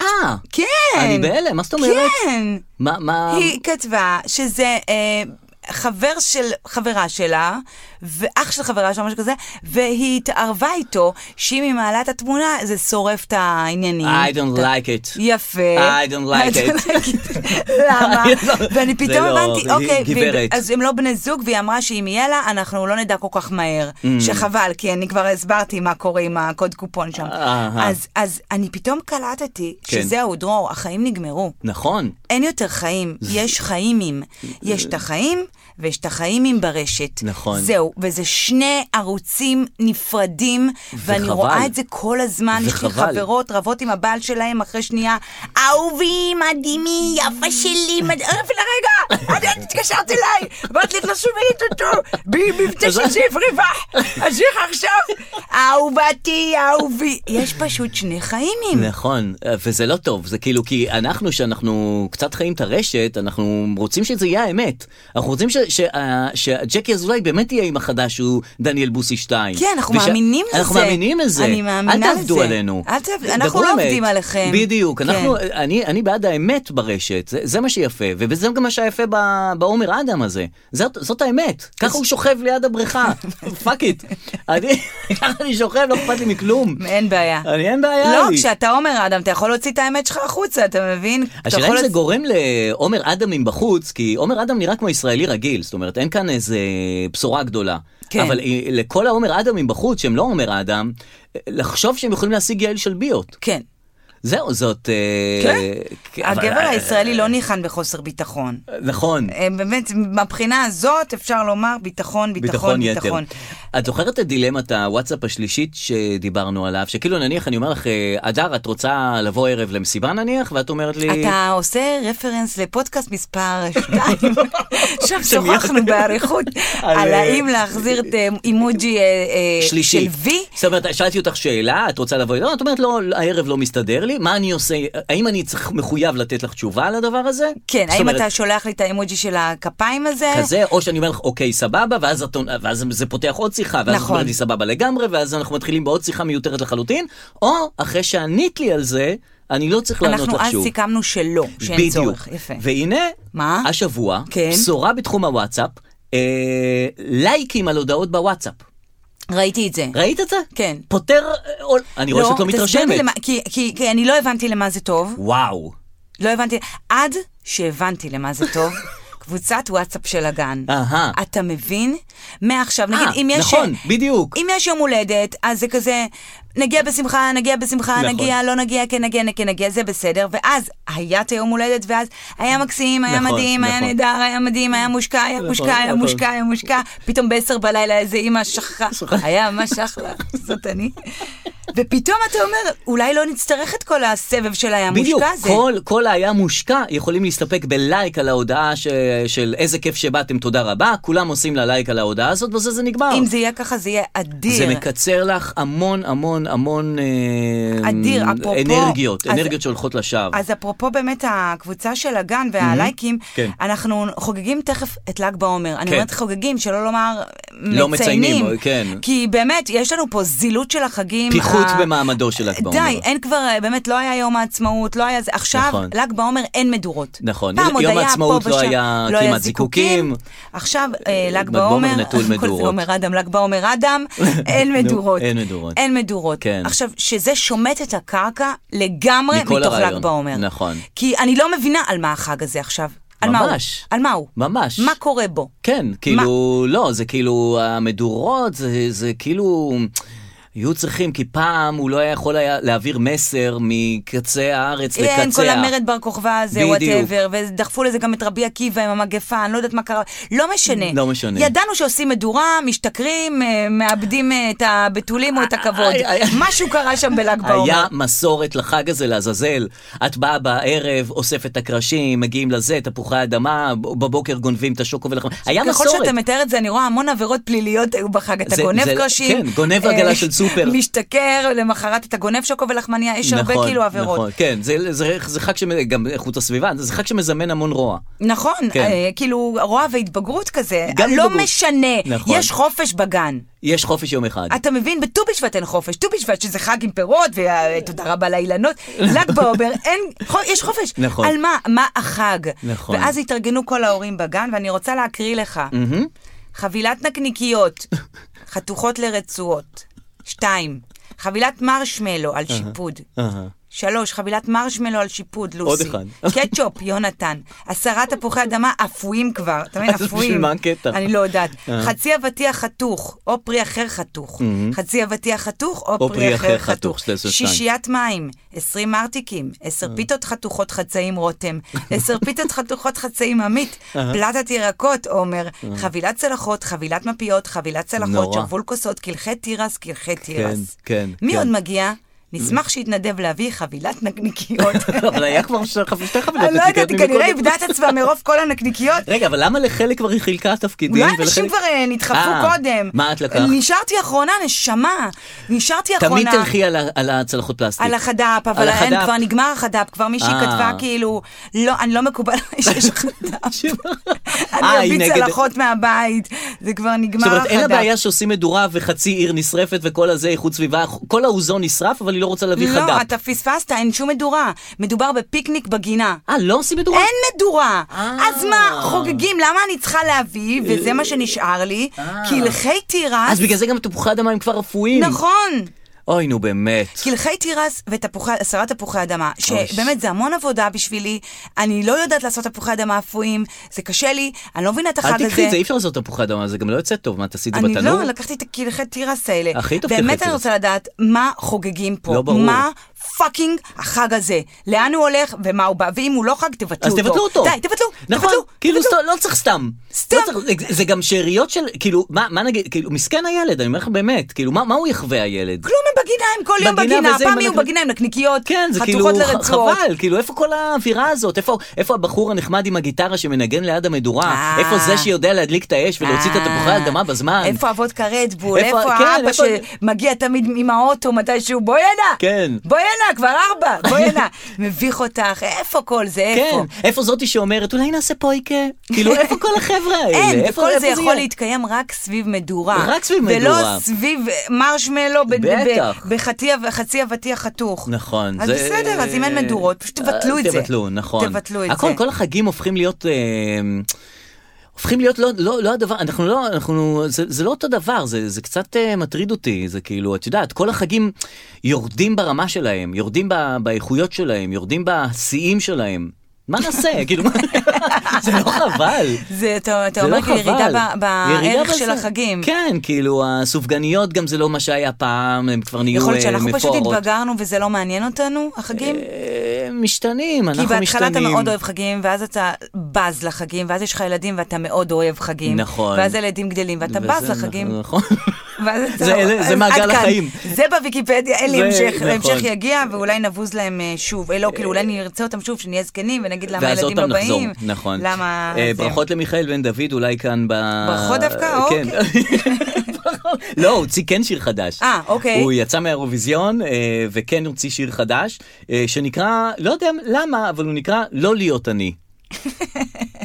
אה,
כן.
אני בהלם, מה זאת אומרת? אמ,
כן.
מה, מה...
היא כתבה שזה אה, חבר של חברה שלה, ואח של חברה שלה, משהו כזה, והיא התערבה איתו, שאם היא מעלה את התמונה, זה שורף את העניינים.
I don't like it.
יפה.
I don't like
I don't
it.
like it. למה?
I don't-
ואני
זה
פתאום
לא,
הבנתי,
היא
אוקיי, והיא-
גברת.
אז הם לא בני זוג, והיא אמרה שאם יהיה לה, אנחנו לא נדע כל כך מהר.
Mm.
שחבל, כי אני כבר הסברתי מה קורה עם הקוד קופון שם.
אהה.
אז- אז אני פתאום קלטתי
כן.
שזהו, דרור, החיים נגמרו.
נכון.
אין יותר חיים, יש חיימים. יש את החיים ויש את החיימים ברשת.
נכון.
זהו, וזה שני ערוצים נפרדים, ואני
וחבל.
רואה את זה כל הזמן. יש לי
וחבל.
חברות רבות עם הבעל שלהם אחרי שנייה, אהובי, מדהימי, יפה שלי, מדהימי, רגע, אני את התקשרת אליי, ואת לי שומעת אותו, במבטא של זיו רווח, השייך עכשיו, אהובתי, אהובי. יש פשוט שני חיימים.
נכון, אה, וזה לא טוב, זה כאילו, כי אנחנו, שאנחנו קצת חיים את הרשת, אנחנו רוצים שזה יהיה האמת. אנחנו רוצים ש- ש- אה, שג'קי אזולאי באמת יהיה עם החדש, שהוא דניאל בוסי 2.
כן, אנחנו מאמינים לזה.
אנחנו מאמינים לזה.
אני מאמינה
אל תעבדו
לזה.
עלינו.
אל תעבד- אנחנו
דברו
לא
אמת.
עובדים עליכם.
בדיוק,
כן.
אנחנו, אני אני בעד האמת ברשת, זה- זה מה שיפה, וזה גם מה שיפה ב- בעומר אדם הזה. זאת זאת האמת, ככה הוא שוכב ליד הבריכה, פאק איט. אני- ככה אני שוכב, לא אכפת לי מכלום.
אין בעיה.
אני אין בעיה
לא,
לי.
כשאתה אומר אדם, אתה יכול להוציא את האמת שלך החוצה, אתה מבין? אתה
השאלה
יכול
אם זה
להוצ-
גורם לעומר אדם מבחוץ, כי עומר אדם נראה כמו ישראלי רגיל, זאת אומרת, אין כאן איזה בשורה גדולה.
כן.
אבל אה, לכל העומר אדם מבחוץ, שהם לא עומר אדם, אה, לחשוב שהם יכולים להשיג יעל שלביות.
כן.
זהו, זאת... אה,
כן.
אה, אבל-
הגבר
אה,
הישראלי לא ניחן בחוסר ביטחון.
נכון.
אה, באמת, מהבחינה הזאת אפשר לומר ביטחון, ביטחון, ביטחון.
את זוכרת את דילמת הוואטסאפ השלישית שדיברנו עליו? שכאילו נניח, אני אומר לך, אה, הדר, את רוצה לבוא ערב למסיבה נניח? ואת אומרת לי...
אתה עושה רפרנס לפודקאסט מספר 2, שם שוחחנו באריכות
על,
על
אה,
האם להחזיר את אה, אימוג'י אה, אה,
שלישי.
של וי.
זאת אומרת, שאלתי אותך שאלה, את רוצה לבוא? לא, את אומרת, לא, הערב לא מסתדר לי, מה אני עושה? האם אני צריך, מחויב לתת לך תשובה על הדבר הזה?
כן,
זאת
האם
אומרת,
אתה שולח לי את האימוג'י של הכפיים הזה?
כזה, או שאני אומר לך, אוקיי, סבבה, ואז, את, ואז זה פותח עוד שיחה, ואז את
נכון.
אומרת לי סבבה לגמרי, ואז אנחנו מתחילים בעוד שיחה מיותרת לחלוטין, או אחרי שענית לי על זה, אני לא צריך לענות לך שוב.
אנחנו אז סיכמנו שלא, שאין צורך.
בדיוק.
יפה.
והנה,
מה?
השבוע,
כן.
בשורה בתחום הוואטסאפ, אה, לייקים על הודעות בוואטסאפ.
ראיתי את זה.
ראית את זה?
כן.
פותר, אה, עול- אני רואה שאת לא
תסביר לי
מתרשמת.
למה- כי- כי כי אני לא הבנתי למה זה טוב.
וואו.
לא הבנתי, עד שהבנתי למה זה טוב. קבוצת וואטסאפ של הגן.
אהה.
אתה מבין? מעכשיו, נגיד,
אה,
אם יש...
נכון, בדיוק.
אם יש יום הולדת, אז זה כזה, נגיע בשמחה, נגיע בשמחה,
נכון.
נגיע, לא נגיע, כן נגיע, כן נגיע, זה בסדר. ואז היה את היום הולדת, ואז היה מקסים, היה
נכון,
מדהים, היה
נכון.
נהדר, היה מדהים, היה מושקע, היה
נכון,
מושקע, היה
נכון.
מושקע, היה מושקע. פתאום בעשר בלילה איזה אימא שכחה.
שכחה.
היה ממש אחלה, זאת אני. ופתאום אתה אומר, אולי לא נצטרך את כל הסבב של היה
בדיוק,
מושקע הזה.
כל, כל היה מושקע יכולים להסתפק בלייק על ההודעה ש, של איזה כיף שבאתם, תודה רבה, כולם עושים לה לייק על ההודעה הזאת, ובזה זה נגמר.
אם זה יהיה ככה, זה יהיה אדיר.
אה. זה מקצר לך המון המון המון אה,
אדיר, אפרופו-
אנרגיות,
אז-
אנרגיות שהולכות לשווא.
אז אפרופו באמת הקבוצה של הגן והלייקים,
כן.
אנחנו חוגגים תכף את ל"ג בעומר. אני
כן.
אומרת חוגגים, שלא לומר
לא מציינים, כן.
כי באמת, יש לנו פה זילות של החגים.
פיחות
ה-
במעמדו של ל"ג בעומר.
אה, די, אין כבר, אה, באמת, לא היה יום העצמאות, לא היה זה. עכשיו,
נכון.
ל"ג בעומר אין מדורות.
נכון.
פעם
יום
עוד היה
העצמאות
פה
לא
ושם,
היה כמעט זיכוקים.
עכשיו, אה, ל"ג
ל"ג בעומר
בעומר,
נטול
כל זה
מדורות.
אומר אדם, ל"ג בעומר אדם, אין
נו,
מדורות.
אין מדורות.
אין מדורות.
כן.
עכשיו, שזה שומט את הקרקע לגמרי
מכל
מתוך
הרעיון.
ל"ג בעומר.
נכון.
כי אני לא מבינה על מה החג הזה עכשיו. על מה הוא?
ממש.
על מה הוא?
ממש.
מה קורה בו?
כן, כאילו, לא, זה כאילו, המדורות, זה, זה כאילו, היו צריכים, כי פעם הוא לא היה יכול היה להעביר מסר מקצה הארץ לקצה.
כן, כל המרד בר כוכבא הזה,
בדיוק.
וואטאבר, ודחפו לזה גם את רבי עקיבא עם המגפה, אני לא יודעת מה קרה, לא משנה.
לא משנה.
ידענו שעושים מדורה, משתכרים, אה, מאבדים אה, את הבתולים או את הכבוד.
איי, איי.
משהו קרה שם בל"ג בעומר.
היה מסורת לחג הזה לעזאזל. את באה בערב, אוספת את הקרשים, מגיעים לזה, תפוחי אדמה, ב- בבוקר גונבים את השוקו ולחם. היה
ככל
מסורת.
שאתה מתאר את זה, אני רואה המון עבירות פליליות היו בחג. אתה
זה-
גונב
זה-
קרשים.
כן, גונב
אה,
עגלה של סופר.
משתכר, למחרת אתה גונב שוקו ולחמניה, יש הרבה כאילו עבירות.
נכון, כן, זה, זה, זה חג, שמ... גם איכות הסביבה, זה חג שמזמן המון רוע.
נכון,
כן.
אה, כאילו רוע והתבגרות כזה,
גם
לא
התבגרות.
משנה,
נכון.
יש חופש בגן.
יש חופש יום אחד.
אתה מבין, בט"ו בשבט אין חופש, ט"ו בשבט שזה חג עם פירות, ותודה רבה לאילנות, ל"ג בעובר, אין, חו- יש חופש.
נכון.
על מה? מה החג?
נכון.
ואז התארגנו כל ההורים בגן, ואני רוצה להקריא לך. חבילת נקניקיות, חתוכות לרצועות. שתיים, חבילת מרשמלו על שיפוד.
אהה.
שלוש, חבילת מרשמלו על שיפוד, לוסי.
עוד אחד.
קטשופ, יונתן. עשרה תפוחי אדמה אפויים כבר, אתה מבין,
אז בשביל
אפויים.
מה הקטע?
אני לא יודעת.
אה.
חצי אבטיח חתוך, או פרי אחר חתוך. חצי אבטיח חתוך, או פרי אחר חתוך.
שתי עשרה שתיים. אה.
שישיית מים, 20 מרתיקים, 10 פיתות חתוכות חצאים רותם, 10 פיתות חתוכות חצאים עמית,
אה.
פלטת ירקות, עומר, חבילת צלחות, חבילת מפיות, חבילת צלחות,
נורא.
שרוול כוסות, קלחי תירס, קלחי תירס.
כן,
מי
כן.
עוד מגיע? נשמח שיתנדב להביא חבילת נקניקיות.
לא, אבל היה כבר ש- שתי חבילות
אני לא יודעת,
נקניקיות
היא כנראה
ממקודם.
איבדה את עצמה מרוב כל הנקניקיות.
רגע, אבל למה לחלק כבר היא חילקה תפקידים?
אולי אנשים
ולחלק-
כבר אה, נדחפו
כן, אה,
קודם.
מה את לקחת?
נשארתי אחרונה, נשמה. נשארתי אחרונה.
תמיד תלכי על ה- על הצלחות פלסטיק.
על החד"פ, אבל
על
אין,
החד"פ.
כבר נגמר החד"פ, כבר מישהי
אה.
כתבה כאילו, לא, אני לא מקובל עליי שיש חד"פ.
אה,
אני
היא
ארביץ
נגד-
צלחות מהבית, זה כבר נגמר
זאת אומרת, אין לה
החד"פ.
בעיה שעושים מדורה וחצי עיר נשרפת וכל הזה, איכות סביבה, כל האוזון נשרף, אבל היא לא רוצה להביא
לא,
חד"פ.
אתה פספסת, אין שום מדורה. מדובר בפיקניק בגינה.
אה, לא עושים מדורה?
אין מדורה.
אה.
אז מה, חוגגים, למה אני צריכה להביא, וזה מה שנשאר לי, קלחי תירס,
אה. אז בגלל זה גם תפוחי אדמה הם כבר אפויים.
נכון.
אוי, נו באמת.
קלחי תירס ועשרה תפוחי אדמה, שבאמת זה המון עבודה בשבילי, אני לא יודעת לעשות תפוחי אדמה אפויים, זה קשה לי, אני לא מבינה את החג
אל
הזה.
תקחי את זה, אי אפשר לעשות תפוחי אדמה, זה גם לא יוצא טוב. מה, תעשי את זה
אני
בתנור?
לא, לקחתי את הקלחי תירס האלה.
הכי טוב קרחי
באמת אני
תירס.
רוצה לדעת מה חוגגים פה.
לא ברור.
מה פאקינג החג הזה. לאן הוא הולך ומה הוא בא, ואם הוא לא חג, תבטלו אותו.
אז תבטלו אותו.
די, תבטלו,
נכון,
תבטלו.
כאילו
תבטלו.
סתם, לא צריך סתם.
סתם.
לא צריך- זה- זה גם שאריות של, כאילו, מה מה נגיד, כאילו, מסכן הילד, אני אומר לך באמת, כאילו, מה מה הוא יחווה הילד?
כלום הם בגינה, בגיניים, כל יום
בגינה,
בגינה,
וזה עם
פעם יהיו
הנק-
בגיניים, נקניקיות,
כן, זה כאילו
חתוכות
ח-
לרצועות.
חבל, כאילו איפה כל האווירה הזאת? איפה, איפה הבחור הנחמד עם הגיטרה שמנגן ליד המדורה?
אה.
איפה זה שיודע להדליק את האש ולהוציא את
אה,
התפוחי האדמה בזמן?
איפה הוודקה רדבול?
איפה-
איפה
כן,
האבא
איפה-
שמגיע תמיד עם האוטו מתישהו? בואי הנה!
כן.
בואי הנה, כבר ארבע, בואי הנה. מביך אותך, איפה כל זה? איפה?
כן, איפה זאתי שאומרת, אולי נעשה פויקה? כאילו, איפה כל החבר'ה האלה?
אין,
איפה-
וכל
איפה
זה יכול
יהיה?
להתקיים רק סביב מדורה.
רק סביב מדורה.
ולא סביב אה, מרשמלו ב- ב-
בטח.
ב- בחצי חצי אבטיח חתוך.
נכון.
אז
זה-
בסדר, אז אם אין מדורות, פשוט תבטלו
אה,
את זה.
תבטלו, נכון.
תבטלו את
הכל,
זה.
כל החגים הופכים להיות... אה, הופכים להיות לא, לא, לא הדבר, אנחנו לא, אנחנו, זה, זה לא אותו דבר, זה, זה קצת uh, מטריד אותי, זה כאילו, את יודעת, כל החגים יורדים ברמה שלהם, יורדים ב, באיכויות שלהם, יורדים בשיאים שלהם. מה נעשה? כאילו, מה- זה לא חבל.
זה, אתה, אתה
זה
אומר
לא
כאילו
חבל.
ירידה ב-
ירידה
בערך
בזה.
של החגים.
כן, כאילו, הסופגניות גם זה לא מה שהיה פעם, הם כבר נהיו אה,
יכול
מפוארות.
להיות שאנחנו פשוט התבגרנו וזה לא מעניין אותנו, החגים?
אה, משתנים, אנחנו משתנים.
כי בהתחלה אתה מאוד אוהב חגים, ואז אתה בז לחגים, ואז יש לך ילדים ואתה מאוד אוהב חגים.
נכון.
ואז הילדים גדלים ואתה
וזה
בז לחגים.
נכון.
ואז אתה-
זה- זה- זה
אז
מעגל
עד כאן.
החיים.
זה בוויקיפדיה, אין לי
זה-
המשך,
נכון.
ההמשך יגיע ואולי נבוז להם אה, שוב. אה, לא, כאילו אולי נרצה אותם שוב, שנהיה זקנים ונגיד למה
ואז עוד
הילדים לא
פעם נחזור,
באים.
נכון.
למה...
אה,
זה-
ברכות למיכאל בן דוד, אולי כאן ב...
ברכות דווקא? אוקיי.
כן. ברכות. לא, הוא הוציא כן שיר חדש.
אה, אוקיי.
הוא יצא מהאירוויזיון, אה, וכן הוציא שיר חדש, אה, שנקרא, לא יודע למה, אבל הוא נקרא לא להיות אני.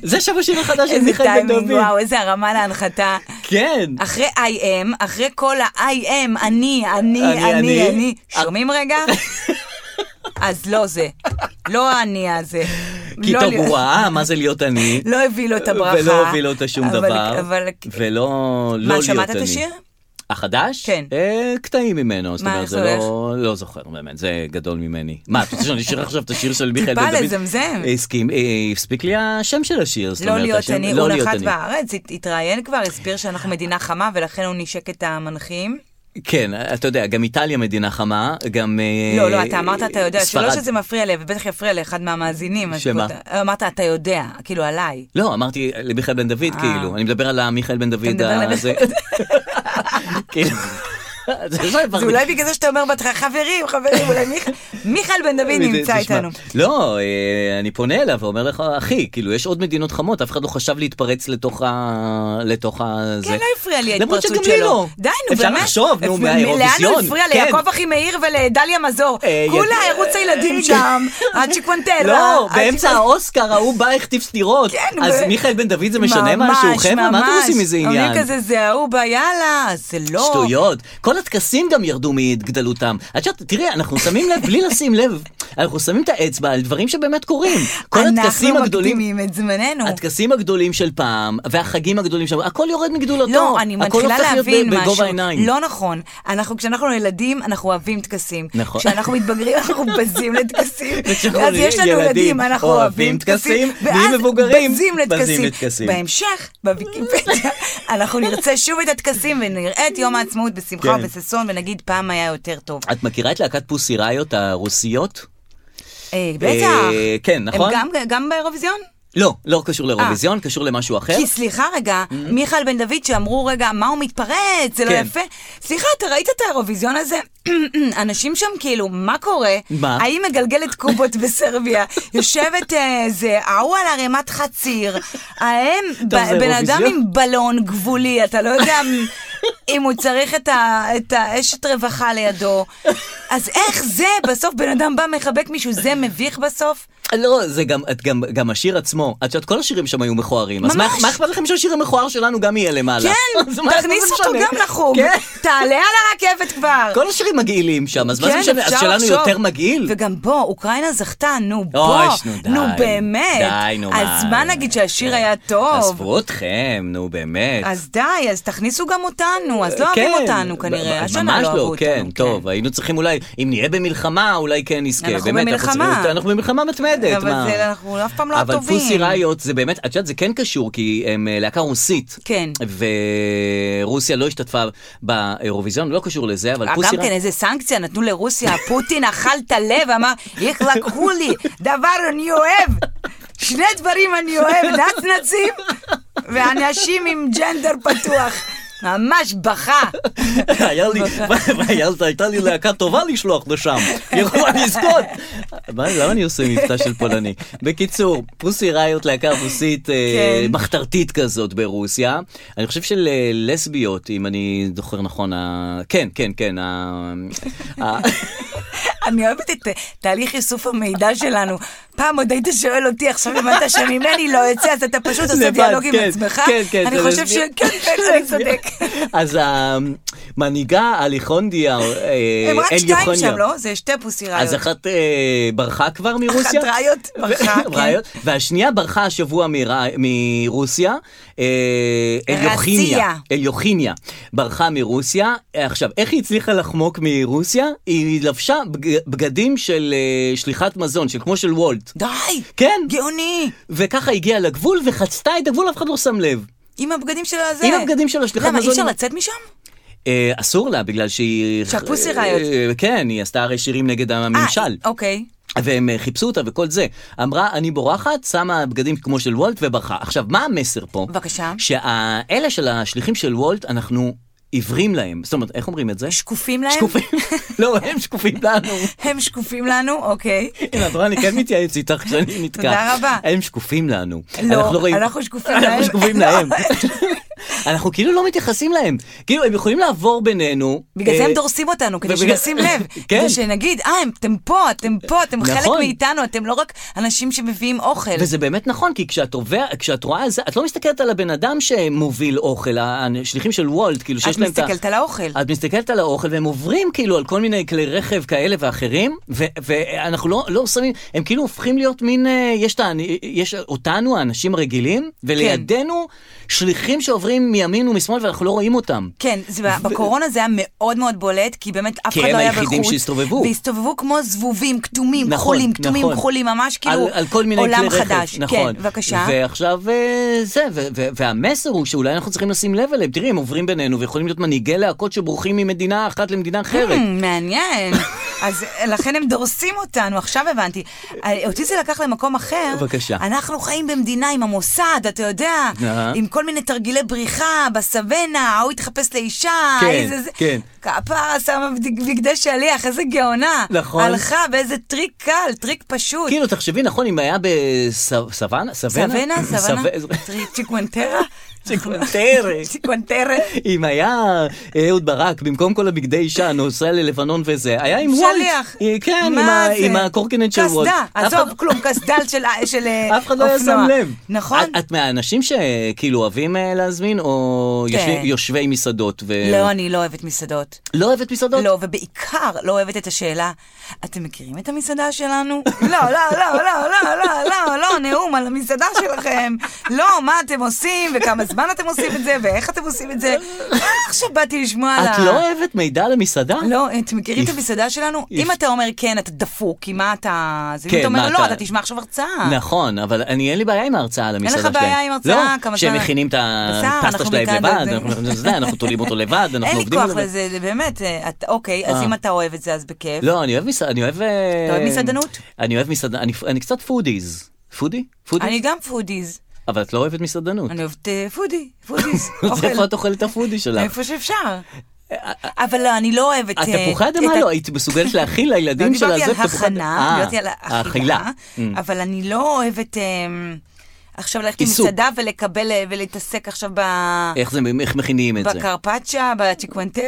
זה שם השיר החדש של
איזה
מיכאל בן דוד.
טיימינג, וואו, איזה הרמה להנחתה.
כן.
אחרי I am, אחרי כל ה-I am, אני, אני,
אני,
אני,
אני. אה.
אני, שומעים רגע? אז לא זה. לא האני הזה.
כי
לא
טוב,
להיות-
הוא ראה מה זה להיות אני.
לא הביא לו את הברכה.
ולא הביא לו את השום
אבל-
דבר.
אבל...
ולא לא להיות אני.
מה, שמעת את השיר?
החדש?
כן.
אה, קטעים ממנו, זאת
מה,
אומרת,
איך
זה
זה
לא, לא זוכר באמת, זה גדול ממני. מה, אתה רוצה שאני אשיר עכשיו את השיר של מיכאל בן
טיפה
דוד?
לזמזם.
הסכים, אה, הספיק לי השם של השיר, זאת
לא
אומרת,
להיות
השם-
אני,
לא
הוא
להיות
נחת
אני.
בארץ, הת- התראיין כבר, הסביר שאנחנו מדינה חמה ולכן הוא נשק את המנחים.
כן, אתה יודע, גם איטליה מדינה חמה, גם... אה,
לא, לא, אתה אמרת, אתה יודע, שלא
ספרד.
שזה מפריע לי, ובטח יפריע לאחד מהמאזינים. אז
שמה?
פה אתה- אמרת, אתה יודע, כאילו עליי.
לא, אמרתי למיכאל בן דוד, כאילו, אני מדבר על המיכאל בן דוד
אה. מדבר על
הזה. כאילו, זה לא
זה אולי בגלל זה שאתה אומר בהתחלה, חברים, חברים, אולי מיכאל, מיכאל בן דוד נמצא
תשמע,
איתנו.
לא, אה, אני פונה אליו ואומר לך, אחי, כאילו, יש עוד מדינות חמות, אף אחד לא חשב להתפרץ לתוך ה... לתוך ה... זה.
כן, לא הפריע לי
למרות
ההתפרצות
שגם לי
שלו.
לא.
די, נו,
אפשר
באמת.
לחשוב, נו,
אפ-
מהאירוויזיון.
לאן הוא הפריע?
כן.
ליעקב אחי מאיר ולדליה מזור.
אה,
כולה
יד-
ערוץ הילדים שם, עד שקוונטלה.
לא,
עד
באמצע
שקוונ-
האוסקר ההוא בא החטיף סטירות.
כן,
אז
ו-
מיכאל בן דוד זה משנה
ממש,
משהו? חבר'ה, מה אתם
ממש.
עושים מזה עניין?
אומרים כזה, זה ההוא בא, יאללה, זה לא.
שטויות. כל הטקסים גם ירדו מגדלותם. את יודעת, תראי, אנחנו שמים לב, בלי לשים לב, אנחנו שמים את האצבע על דברים שבאמת קורים. כל הטקסים הגדולים...
אנחנו לא מקדימים את זמננו.
הטקסים הגדולים של פעם, והחגים הגדולים של... הכל יורד מגדולתו.
לא, אני
הכל
מתחילה
הופך להיות
להבין
ב-
משהו.
בגובה העיניים.
לא נכון. אנחנו, כשאנחנו ילדים, אנחנו אוהבים טקסים.
נכון.
כשאנחנו מתבגרים, אנחנו בזים לטקסים.
וכשאנחנו
אז יש לנו
נהיים ילדים,
ילדים, אנחנו
אוהבים
אוהבים
טקסים,
טקסים.
נהיים מבוגרים,
ואז בזים
בזים
לטקסים.
לטקסים.
בהמשך, בוויקיפדיה, אנחנו נרצה שוב את הטקסים ונראה את יום העצמאות בשמחה
כן.
ובששון, ונגיד פעם היה יותר טוב.
את מכירה את להקת פוסיראיות הרוסיות?
אה, בטח.
אה, כן, נכון?
הם גם- גם באירוויזיון?
לא, לא קשור לאירוויזיון, קשור למשהו אחר.
אה.
Mm-hmm.
כי סליחה רגע, מיכאל בן דוד שאמרו רגע, מה הוא מתפרץ, זה לא
כן.
יפה. סליחה, אתה ראית את האירוויזיון הזה? אנשים שם כאילו, מה קורה?
מה?
האם מגלגלת קובות בסרביה? יושבת אה, זה, ההוא על ערימת חציר, ההם, ב-
זה
בן אדם
אירוויזיון?
עם בלון גבולי, אתה לא יודע אם הוא צריך את ה- את האשת רווחה לידו. אז איך זה, בסוף בן אדם בא, מחבק מישהו, זה מביך בסוף?
לא, זה גם, את גם, גם השיר עצמו. את יודעת, כל השירים שם היו מכוערים. אז מה,
ממש.
מה אכפת לכם שהשיר המכוער שלנו גם יהיה למעלה? אז
כן,
מה- מה
תכניס
זה
אותו
משנה?
גם לחוג.
כן.
תעלה על הרכבת כבר.
כל השירים מגעילים שם, אז מה זה
כן,
משנה? אז
אפשר
שלנו
לחשוב.
יותר מגעיל?
וגם בוא, אוקראינה זכתה, נו בוא.
אוי, נו, די.
נו באמת.
די, נו, כן.
אז מה נגיד שהשיר היה טוב?
עזבו אתכם, נו באמת.
אז די, אז תכניסו גם אותנו, אז לא
כן,
אוהבים אותנו
ב-
כנראה,
ב-
השנה לא אהבו אותנו.
ממש לא, כן, טוב, היינו צריכים אולי, אם נהיה במלחמה, אולי כן נזכה.
אנחנו
באמת,
במלחמה.
צריכים- אנחנו במלחמה מתמדת,
אבל
מה?
זה- אנחנו אף פעם לא
אבל
הטובים.
פוסי ראיות זה באמת, את יודעת, זה כן קשור, כי הם אה, להקה רוסית.
כן.
ורוסיה לא השתתפה באירוויזיון, לא קשור לזה, אבל פוסי
גם כן
ראיות...
איזה סנקציה נתנו לרוסיה, פוטין אכל את הלב, אמר, איך לקחו לי, דבר אני אוהב, שני דברים אני אוהב, נצנצים ואנשים עם ג'נדר פתוח. ממש בכה.
היה לי, היה- הייתה לי להקה טובה לשלוח לשם, יכולה לזכות. מה, למה אני עושה מבטא של פולני? בקיצור, פוסי ראיות להקה רוסית אה,
כן.
מחתרתית כזאת ברוסיה. אני חושב של אה, לסביות, אם אני זוכר נכון, ה- כן, כן, כן, ה- ה-
אני אוהבת את אה, תהליך איסוף המידע שלנו. פעם עוד היית שואל אותי עכשיו אם אתה שממני לא יוצא, אז אתה פשוט עושה
לבד,
דיאלוג עם
כן,
עצמך.
כן, כן,
אני
זה
חושב
מסביר.
שכן, כן, אני צודק.
אז המנהיגה אליכונדיה, אה,
הם רק שתיים
אליוכוניה.
שם, לא? זה שתי פוסיריות.
אז אחת אה, ברחה כבר מרוסיה?
אחת ראיות ברחה,
ו-
כן.
ראיות. והשנייה ברחה השבוע מר- מרוסיה, אה, אליוכיניה.
רציה.
אליוכיניה. ברחה מרוסיה. אה, עכשיו, איך היא הצליחה לחמוק מרוסיה? היא לבשה בג- בגדים של אה, שליחת מזון, של כמו של וולט.
די!
כן.
גאוני!
וככה הגיעה לגבול וחצתה את הגבול, אף אחד לא שם לב.
עם הבגדים של הזה.
עם הבגדים של השליחת
למה, אי
מזון
אפשר
עם-
לצאת משם?
אה, אסור לה, בגלל שהיא...
שהפוסי ראיות.
אה, כן, היא עשתה הרי שירים נגד הממשל.
אה, אוקיי.
והם אה, חיפשו אותה וכל זה. אמרה, אני בורחת, שמה בגדים כמו של וולט וברחה. עכשיו, מה המסר פה?
בבקשה.
שאלה של השליחים של וולט, אנחנו עיוורים להם. זאת אומרת, איך אומרים את זה?
שקופים להם?
שקופים. לא, הם שקופים לנו.
הם שקופים לנו? אוקיי.
הנה, את רואה, אני כן מתייעץ איתך כשאני נתקע.
תודה רבה.
הם שקופים לנו.
לא,
אנחנו רואים-
אנחנו שקופים להם.
אנחנו שקופים
לא.
להם. אנחנו כאילו לא מתייחסים להם. כאילו, הם יכולים לעבור בינינו.
בגלל זה
אה,
הם דורסים אותנו, כדי
ובגלל-
שנשים לב.
כן.
כדי שנגיד, אה, הם- אתם פה, אתם פה, אתם חלק
נכון.
מאיתנו, אתם לא רק אנשים שמביאים אוכל.
וזה באמת נכון, כי כשאת, עובר, כשאת רואה את זה, את לא מסתכלת על הבן אדם שמוביל אוכל, השליחים של וולט, כאילו שיש
את
להם את ה...
מסתכלת על האוכל.
את מסתכלת על האוכל, והם עוברים כאילו על כל מיני כלי רכב כאלה ואחרים, ו- ואנחנו לא, לא שמים, הם כאילו הופכים להיות מין, אה, יש, את, האני- יש אותנו, האנשים הרגילים,
כן.
ולידינו שליחים שעוברים מימין ומשמאל ואנחנו לא רואים אותם.
כן, זה, בקורונה זה היה מאוד מאוד בולט, כי באמת אף אחד
הם
לא היה בחוץ.
כן, היחידים שהסתובבו.
והסתובבו כמו זבובים, כתומים,
נכון,
כחולים, כתומים,
נכון.
כחולים, ממש כאילו
על, על כל מיני
עולם
כלי רכב,
חדש.
נכון.
כן, בבקשה.
ועכשיו אה, זה, ו- ו- והמסר הוא שאולי אנחנו צריכים לשים לב אליהם. תראי, הם עוברים בינינו ויכולים להיות מנהיגי להקות שבורחים ממדינה אחת למדינה אחרת.
Hmm, מעניין. אז לכן הם דורסים אותנו, עכשיו הבנתי. אה, אותי זה לקח למקום אחר.
בבקשה.
אנחנו חיים במדינה עם המוסד, אתה יודע,
אה.
עם כל מיני תרגילי בריחה, בסוונה, ההוא התחפש לאישה,
כן,
איזה זה.
כן.
כפרה שמה בד- בגדי שליח, איזה גאונה.
נכון.
הלכה באיזה טריק קל, טריק פשוט.
כאילו, תחשבי, נכון, אם היה בסוואנה?
סוונה, סוונה,
סו-
צ'יקוונטרה,
צ'יקוונטרה.
צ'יקוונטרה.
אם היה אה, אהוד ברק, במקום כל הבגדי אישה, נוסע ללבנון וזה, היה עם וולט.
שליח.
אה, כן, עם
מה
ה-
זה?
עם הקורקינט של וולט.
קסדה,
אף אחד-
עזוב, כלום, קסדל של של, אה,
אף אחד לא היה שם
אופנוע.
לב.
נכון?
את- את מהאנשים שכאילו אוהבים אה, להזמין, או
כן.
יושבי- יושבי מסעדות? ו-
לא, אני לא אוהבת מסעדות.
לא אוהבת מסעדות?
לא, ובעיקר לא אוהבת את השאלה, אתם מכירים את המסעדה שלנו? לא, לא, לא, לא, לא, לא, לא, לא, נאום על המסעדה שלכם. לא, מה אתם עושים, וכמה זמן אתם עושים את זה, ואיך אתם עושים את זה. אה, עכשיו באתי לשמוע על ה...
את לא אוהבת מידע על המסעדה?
אה. לא, אתם מכירים את
איף-
המסעדה שלנו?
איף-
אם אתה אומר כן, אתה דפוק, כי מה אתה... זה אם
כן,
אתה
מה
אומר לא,
אתה-
אתה תשמע עכשיו הרצאה.
נכון, אבל אני אין לי בעיה עם ההרצאה על המסעדה
לך
שלהם.
בעיה עם הרצאה,
לא,
כמה
שהם
זמן-
מכינים את
בשר,
הפסטה
אנחנו
אה, שלהם
מכאן
לבד,
דוד.
אנחנו- לא- זה, אנחנו תולים אותו לבד, אנחנו
אין לי
עובדים
כוח
עליו.
לזה, זה באמת, אה, את- אוקיי, אז
אה.
אם אתה אוהב את זה, אז בכיף.
לא, אני אוהב מסעד... אני אוהב... אה,
אתה אוהב מסעדנות?
אני אוהב מסעד... אני, אני קצת פודיז. פודי? פודי?
אני גם פודיז,
אבל את לא אוהבת מסעדנות.
אני אוהבת אה, פודי, פודיז,
אז איפה
אוכל,
את אוכלת את הפודי שלך?
איפה שאפשר.
אה,
אבל לא, אני לא אוהבת... אה,
התפוחי
את
אדמה
ה-
לא היית מסוגלת להכין לילדים
לא,
שלה.
דיברתי על
זה תפוחי-
הכנה,
אה,
דיברתי על
האכילה.
האכילה, אבל אני לא אוהבת אמ, עכשיו ללכת
עיסוק.
למסעדה ולקבל אה, ולהתעסק עכשיו ב...
איך זה, איך מכינים את זה?
בקרפצ'ה, בצ'יקוונטרה.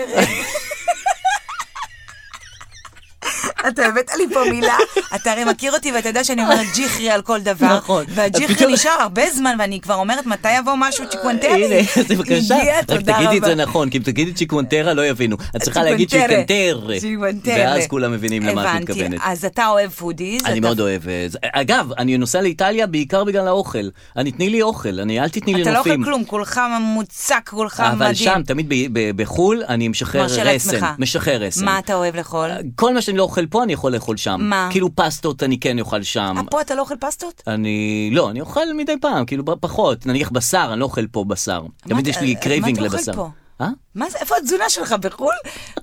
אתה הבאת לי פה מילה, אתה הרי מכיר אותי ואתה יודע שאני אומרת ג'יחרי על כל דבר.
נכון. אז פתאום- אה,
והג'יחרי נשאר הרבה זמן ואני כבר אומרת מתי יבוא משהו צ'יקוונטרי.
הנה, אז בבקשה,
הגיע,
רק
תודה
תגידי את
רבה.
זה נכון, כי אם תגידי צ'יקוונטרה לא יבינו. את צריכה להגיד
צ'יקוונטרה.
צ'יקנטרה.
צ'יקוונטרה.
ואז כולם מבינים למה את
הבנתי. אה,
מתכוונת.
אז אתה אוהב פודיז.
אני
אתה-
מאוד אוהב אה, זה. אגב, אני נוסע לאיטליה בעיקר בגלל האוכל. אני, תני לי אוכל, אני, אל תתני לי
אתה
נופים.
לא אוכל כלום, כולך מוצק, כולך מדהים.
אבל שם, תמיד ב- ב- בחו"ל, אני משחרר
מרשה לעצמך.
רסן. משחרר רסן.
מה אתה אוהב לאכול? אה,
כל מה שאני לא אוכל פה, אני יכול לאכול שם.
מה?
כאילו פסטות אני כן אוכל שם.
אה, פה אתה לא אוכל פסטות?
אני, לא, אני אוכל מדי פעם, כאילו ב- פחות. נניח בשר, אני לא אוכל פה בשר. תמיד יש לי
אתה-
קרייבינג
מה אתה אוכל
לבשר.
פה?
אה?
מה זה, איפה התזונה שלך בחו"ל?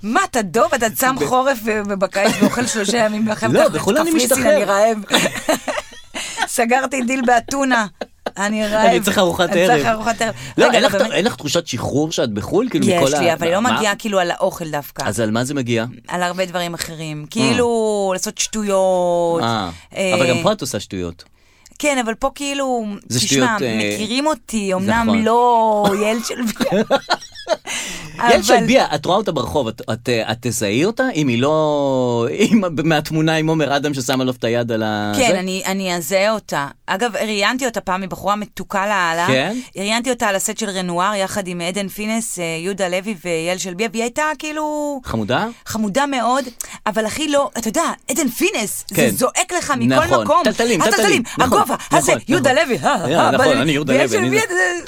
מה, אתה דוב, אתה צם חורף ובקיץ ואוכל שלושה ימים ואחר
לא,
כך
בחו"ל אני
קפריסין,
משתחרר.
אני רעב. סגרתי דיל באתונה. אני רעב.
אני צריך ארוחת
אני לא, צריך
ערב.
ארוחת ערב.
לא,
רגע,
אין לך-
באמת-
אין לך תחושת שחרור שאת בחו"ל? כאילו
יש
מכל
לי,
ה-
אבל היא לא
מה?
מגיעה כאילו על האוכל דווקא.
אז על מה זה מגיע?
על הרבה דברים אחרים. כאילו, לעשות שטויות.
אה,
אה,
אבל גם פה את עושה שטויות.
כן, אבל פה כאילו,
זה
תשמע,
שטויות, אה,
מכירים אותי, אמנם
נכון.
לא יעל של ביה.
יעל של ביה, את רואה אותה ברחוב, את- את- את תזהי אותה? אם היא לא... אם- מהתמונה עם עומר אדם ששמה לו את היד על ה...
כן,
זה?
אני, אני אזהה אותה. אגב, ראיינתי אותה פעם מבחורה מתוקה לאללה.
כן?
ראיינתי אותה על הסט של רנואר יחד עם עדן פינס, אה, יהודה לוי ויעל שלביה, והיא הייתה כאילו...
חמודה?
חמודה מאוד, אבל הכי לא, אתה יודע, עדן פינס,
כן.
זה זועק לך מכל
נכון.
מקום.
טלטלים, טלטלים,
הטלטלים,
נכון,
הגובה,
נכון,
הזה,
נכון.
יהודה לוי, אה,
אה,
אה,
נכון,
אבל-
אני יהודה
ויש
לוי,
שם
אני
מיד,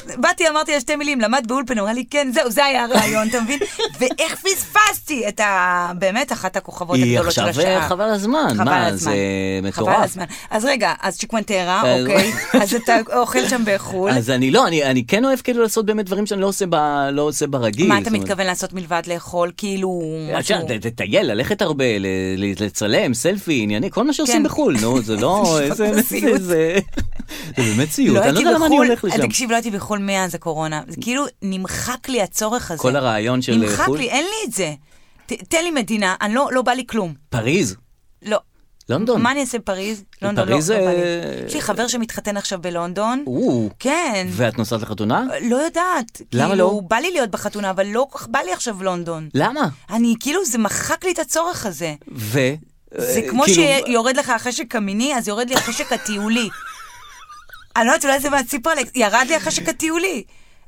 אה, באתי, אמרתי לה שתי מילים, למד באולפן, הוא אמר לי, כן, זהו, זה היה הרעיון, אתה מבין? ואיך פספסתי את ה... באמת, אחת הכוכבות
היא
הגדולות של
עכשיו,
השעה.
אה, חבל על הזמן,
חבל
מה,
על הזמן.
זה מטורף.
חבל על הזמן. אז רגע, אז צ'יקוונטרה,
אה,
אוקיי, אז אתה אוכל שם בחו"ל.
אז אני לא, אני, אני כן אוהב כאילו לעשות באמת דברים שאני לא עושה, ב, לא עושה ברגיל.
מה אתה
זאת אומרת, אה,
מתכוון לעשות מלבד לאכול? כאילו...
את יודעת,
משהו-
לטייל, ללכת הרבה, ל- ל- לצלם, סלפי, ענייני, כל מה שעושים
כן.
בחו"ל, נו, זה לא...
זה
איזה-
נשמע סיוט.
זה- זה זה באמת סיוט, אני לא
הייתי
יודע למה אני
בחו"ל-
הולך לשם.
תקשיב, לא הייתי בחו"ל מאז הקורונה. זה כאילו נמחק לי הצורך הזה.
כל הרעיון של
נמחק
חו"ל?
לי, אין לי את זה. ת- תן לי מדינה, אני לא, לא בא לי כלום.
פריז,
לא.
לונדון.
מה אני אעשה בפריז? לונדון, לא,
פריז
לא
זה-
בא לי. יש לי חבר שמתחתן עכשיו בלונדון.
או,
כן.
ואת נוסעת לחתונה?
לא יודעת.
למה
כאילו,
לא?
בא לי להיות בחתונה, אבל לא כל כך בא לי עכשיו לונדון.
למה?
אני, כאילו, זה מחק לי את הצורך הזה.
ו...
זה
אה,
כמו
כאילו,
שיורד לך החשק המיני, אז יורד לי החשק הטיולי. אני לא יודעת, אולי זה מהציפרלקס, ירד לי החשק הטיולי.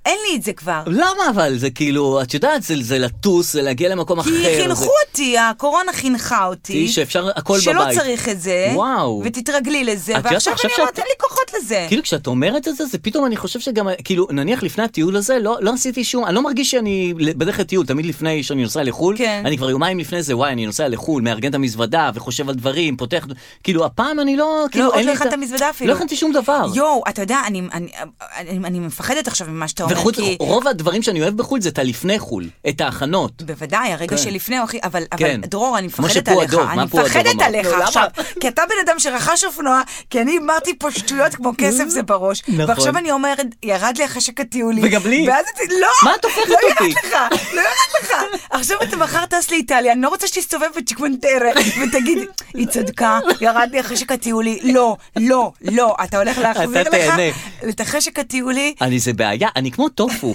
אין לי את זה כבר.
למה אבל? זה כאילו, את יודעת, זה- זה לטוס, זה להגיע למקום אחר.
כי כאילו
זה-
חינכו אותי, הקורונה חינכה אותי.
תראי שאפשר הכל
שלא
בבית.
צריך את זה.
וואו.
ותתרגלי לזה,
את יודעת,
ועכשיו
עכשיו
אני אומרת,
שאת-
אין לי כוחות לזה.
כאילו כשאת אומרת את זה, זה פתאום אני חושב שגם, כאילו, נניח לפני הטיול הזה, לא, לא עשיתי שום, אני לא מרגיש שאני בדרך לטיול, תמיד לפני שאני נוסע לחו"ל,
כן.
אני כבר יומיים לפני זה, וואי, אני נוסע לחו"ל, מארגן את המזוודה, וחושב על דברים, פותח, כאילו, הפעם אני לא, כאילו,
לא, עוד
אין
לא
לי
הכנת את המזוודה אפילו.
לא הכנתי שום דבר.
יואו, אתה יודע, אני- אני- אני אני מפחדת עכשיו ממה שאתה אומר,
וחוץ,
כי...
רוב הדברים שאני אוהב בחו"ל זה את הלפני חו"ל, את ההכנות.
בוודאי, הרגע
כן.
שלפני הוא הכי... אבל, אבל
כן.
דרור, אני
משה
מפחדת
פועה
עליך.
דוב,
אני
מה פועה דוב
מפחדת
אמר?
עליך
לא, למה?
עכשיו. כי אתה בן אדם שרכש אופנוע, כי אני אמרתי פה שטויות כמו כסף זה בראש.
נכון.
ועכשיו אני אומרת, ירד לי החשק הטיולי.
וגם לי.
ואז אתה... לא!
מה את הופכת
לא
אותי?
ירד לך, לא ירד לך. עכשיו אתה מחר טס לאיטליה, אני לא רוצה שתסתובב בצ'יקוונטרה ותגיד, היא צדקה, ירד לי החשק הטיולי. לא, לא, לא. אתה הולך להחזיר
אתה
לך
תהנה.
את החשק הטיולי.
אני זה בעיה, אני כמו טופו.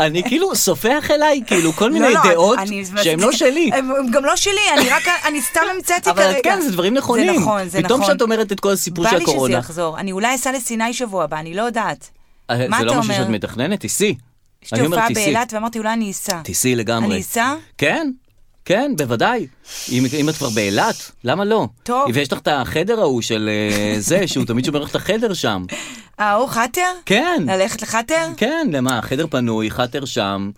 אני כאילו סופח אליי, כאילו, כל מיני
לא, לא,
דעות
אני-
שהן לא שלי.
הם הם גם לא שלי, אני רק, אני סתם המצאתי
אבל
כרגע.
את כן, זה דברים נכונים.
זה נכון, זה
פתאום
נכון.
שאת אומרת את כל הסיפור של
בא לי
הקורונה.
שזה יחזור. אני אולי אסע לסיני שבוע הבא, אני לא יודעת.
אה,
מה
זה
אתה
לא משהו
אומר?
שאת מתכננת, תיסעי.
יש לי
אני אומר,
הופעה
תיסעי.
באילת ואמרתי, אולי אני אסע.
תיסעי לגמרי.
אני אסע?
כן, כן, בוודאי. אם, אם את כבר באילת, למה לא?
טוב.
ויש לך את החדר ההוא של אה, זה, שהוא תמיד שומר לך את החדר שם.
אה, הוא חאטר?
כן.
ללכת לחאטר?
כן, למה? חדר פנוי, חאטר שם.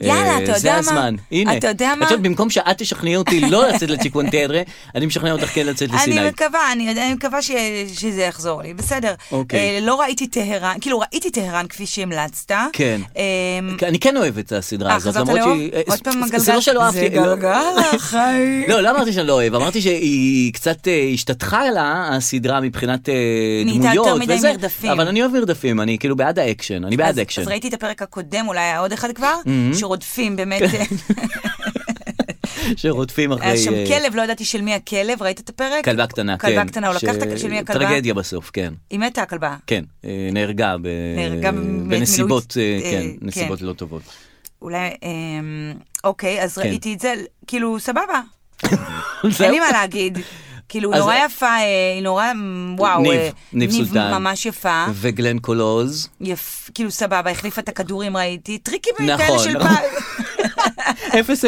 יאללה,
אה,
אתה יודע
זה
מה?
הזמן, הנה.
אתה יודע מה?
את יודעת, במקום שאת תשכנעי אותי לא לצאת לצ'יקוונטרה, אני משכנע אותך כן לצאת לסיני.
אני מקווה, אני, אני מקווה ש, שזה יחזור לי, בסדר.
אוקיי.
אה, לא ראיתי טהרן, כאילו ראיתי טהרן כפי שהמלצת.
כן.
אה,
אני כן אוהב את הסדרה
אה,
הזאת,
חזרת
למרות
לאהוב?
שהיא... אה,
עוד פעם הגלגל?
זה לא שלא אהבתי.
זה
לא-
גלגל החיים.
לא, לא אמרתי שאני לא אוהב, אמרתי שהיא קצת אה, השתטחה לה, הסדרה, מבחינת אה,
נהייתה יותר
דמויות
מדי
וזה.
מרדפים.
אבל אני אוהב מרדפים, אני כאילו בעד האקשן, אני בעד
אז-
אקשן.
אז ראיתי את הפרק הקודם, אולי היה עוד אחד כבר, שרודפים באמת.
שרודפים אחרי...
היה שם
כן. אה,
כלב, לא ידעתי של מי הכלב, ראית את הפרק?
כלבה קטנה, כן.
כלבה קטנה, הוא לקח את הכלב
ש-
של מי הכלבה?
טרגדיה בסוף, כן.
היא מתה הכלבה.
כן, אה, נהרגה ב-
נהרגה במ-
בנסיבות, אה,
מילולית, אה,
כן,
כן.
נסיבות לא טובות.
אולי, אמ, אוקיי, אז ראיתי את זה, כאילו, סבבה. אין
כן. זהו.
לי מה להגיד. כאילו,
אז-
נורא יפה, אה, היא נורא, מ, וואו.
ניב,
אה,
ניב סולטן.
ממש יפה.
וגלן קולוז,
יפ, כאילו, סבבה, החליפה את הכדורים, ראיתי. טריקים כאלה
נכון,
של
נכון.
פעם.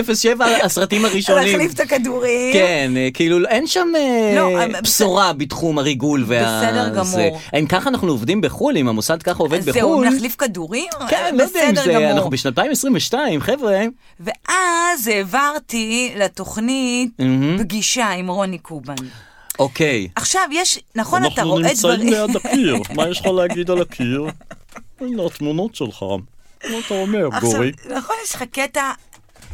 007 הסרטים הראשונים.
להחליף את הכדורים.
כן, אה, כאילו אין שם אה,
לא, אבל-
בשורה בתחום הריגול וה...
בסדר גמור.
זה. אם ככה אנחנו עובדים בחו"ל, אם המוסד ככה עובד
אז זהו,
בחו"ל...
נחליף כדורים? אה,
כן, לא יודע אם
בסדר
זה,
גמור.
אנחנו בשנת 2022, חבר'ה.
ואז העברתי לתוכנית
מהמם.
פגישה עם רוני קובן.
אוקיי.
עכשיו, יש, נכון, אתה רואה דברים...
הקיר, מה יש לך להגיד על הקיר? הנה התמונות שלך, מה אתה אומר,
עכשיו,
גורי?
נכון, יש לך קטע...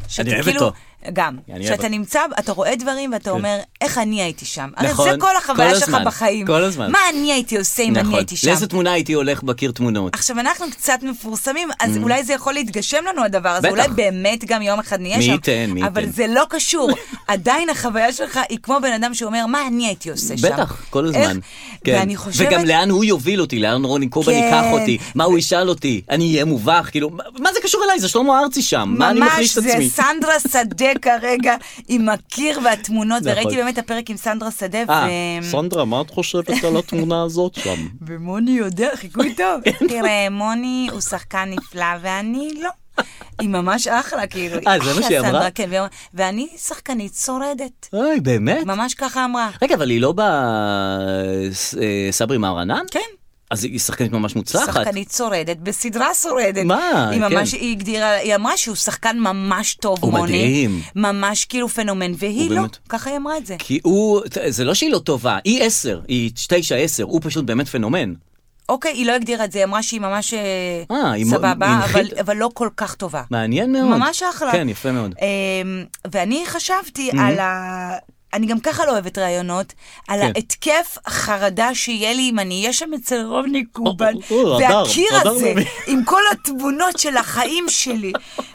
שאתה
אני אוהב
כאילו-
אותו.
גם.
אני
שאתה
אוהב-
נמצא, אתה רואה דברים ואתה אומר, איך אני הייתי שם. הרי
נכון,
זה כל
כל
החוויה שלך
הזמן,
בחיים.
כל הזמן.
מה אני הייתי עושה אם אני הייתי שם?
נכון. לאיזה תמונה הייתי הולך בקיר תמונות?
עכשיו, אנחנו קצת מפורסמים, אז אולי זה יכול להתגשם לנו הדבר הזה,
Mm. בטח.
אולי באמת גם יום אחד נהיה
מי
שם.
ייתן, מי
אבל
ייתן.
זה לא קשור. עדיין החוויה שלך היא כמו בן אדם שאומר, מה אני הייתי עושה אה, שם?
בטח, כל
איך-
הזמן. כן.
ואני חושבת...
וגם לאן הוא יוביל אותי, לאן רוני קובה
כן.
ייקח אותי, מה הוא ישאל אותי, אני אהיה מובך, כאילו, מה- מה זה קשור אליי? זה שלמה ארצי שם, מה אני מחליש את עצמי?
ממש, זה סנדרה שדה כרגע, עם הקיר והתמונות,
נכון.
וראיתי באמת הפרק עם סנדרה שדה, ו...
אה,
סנדרה, מה את חושבת על התמונה הזאת שם?
ומוני יודע, חיקוי טוב. תראה, מוני הוא שחקן נפלא, ואני לא. היא ממש אחלה, כאילו. היא
אה, זה מה
אחלה
שהיא אמרה?
סנדרה, כן, והיא אמרה, ואני שחקנית שורדת.
אוי, באמת?
ממש ככה אמרה.
רגע, אבל היא לא בסברי מהרנן?
כן.
אז היא שחקנית ממש מוצלחת.
שחקנית שורדת, בסדרה שורדת.
מה?
היא ממש,
כן.
היא הגדירה, היא אמרה שהוא שחקן ממש טוב,
הוא
מוני.
מדהים.
ממש כאילו פנומן, והיא
הוא
לא.
באמת-
ככה היא אמרה את זה.
כי הוא, זה לא שהיא לא טובה, היא עשר, היא תשע עשר, הוא פשוט באמת פנומן.
אוקיי, היא לא הגדירה את זה, היא אמרה שהיא ממש אה,
אה, היא מ-
סבבה,
היא
אבל-
הנחית-
אבל לא כל כך טובה.
מעניין מאוד.
ממש אחלה.
כן, יפה מאוד. Mm-hmm.
אמ, ואני חשבתי על ה... אני גם ככה לא אוהבת ראיונות, על
כן.
ההתקף חרדה שיהיה לי אם אני אהיה שם אצל רובני קובן,
או, או, הדר,
והקיר
הדר
לא
הזה,
לוי.
עם כל התמונות של החיים שלי.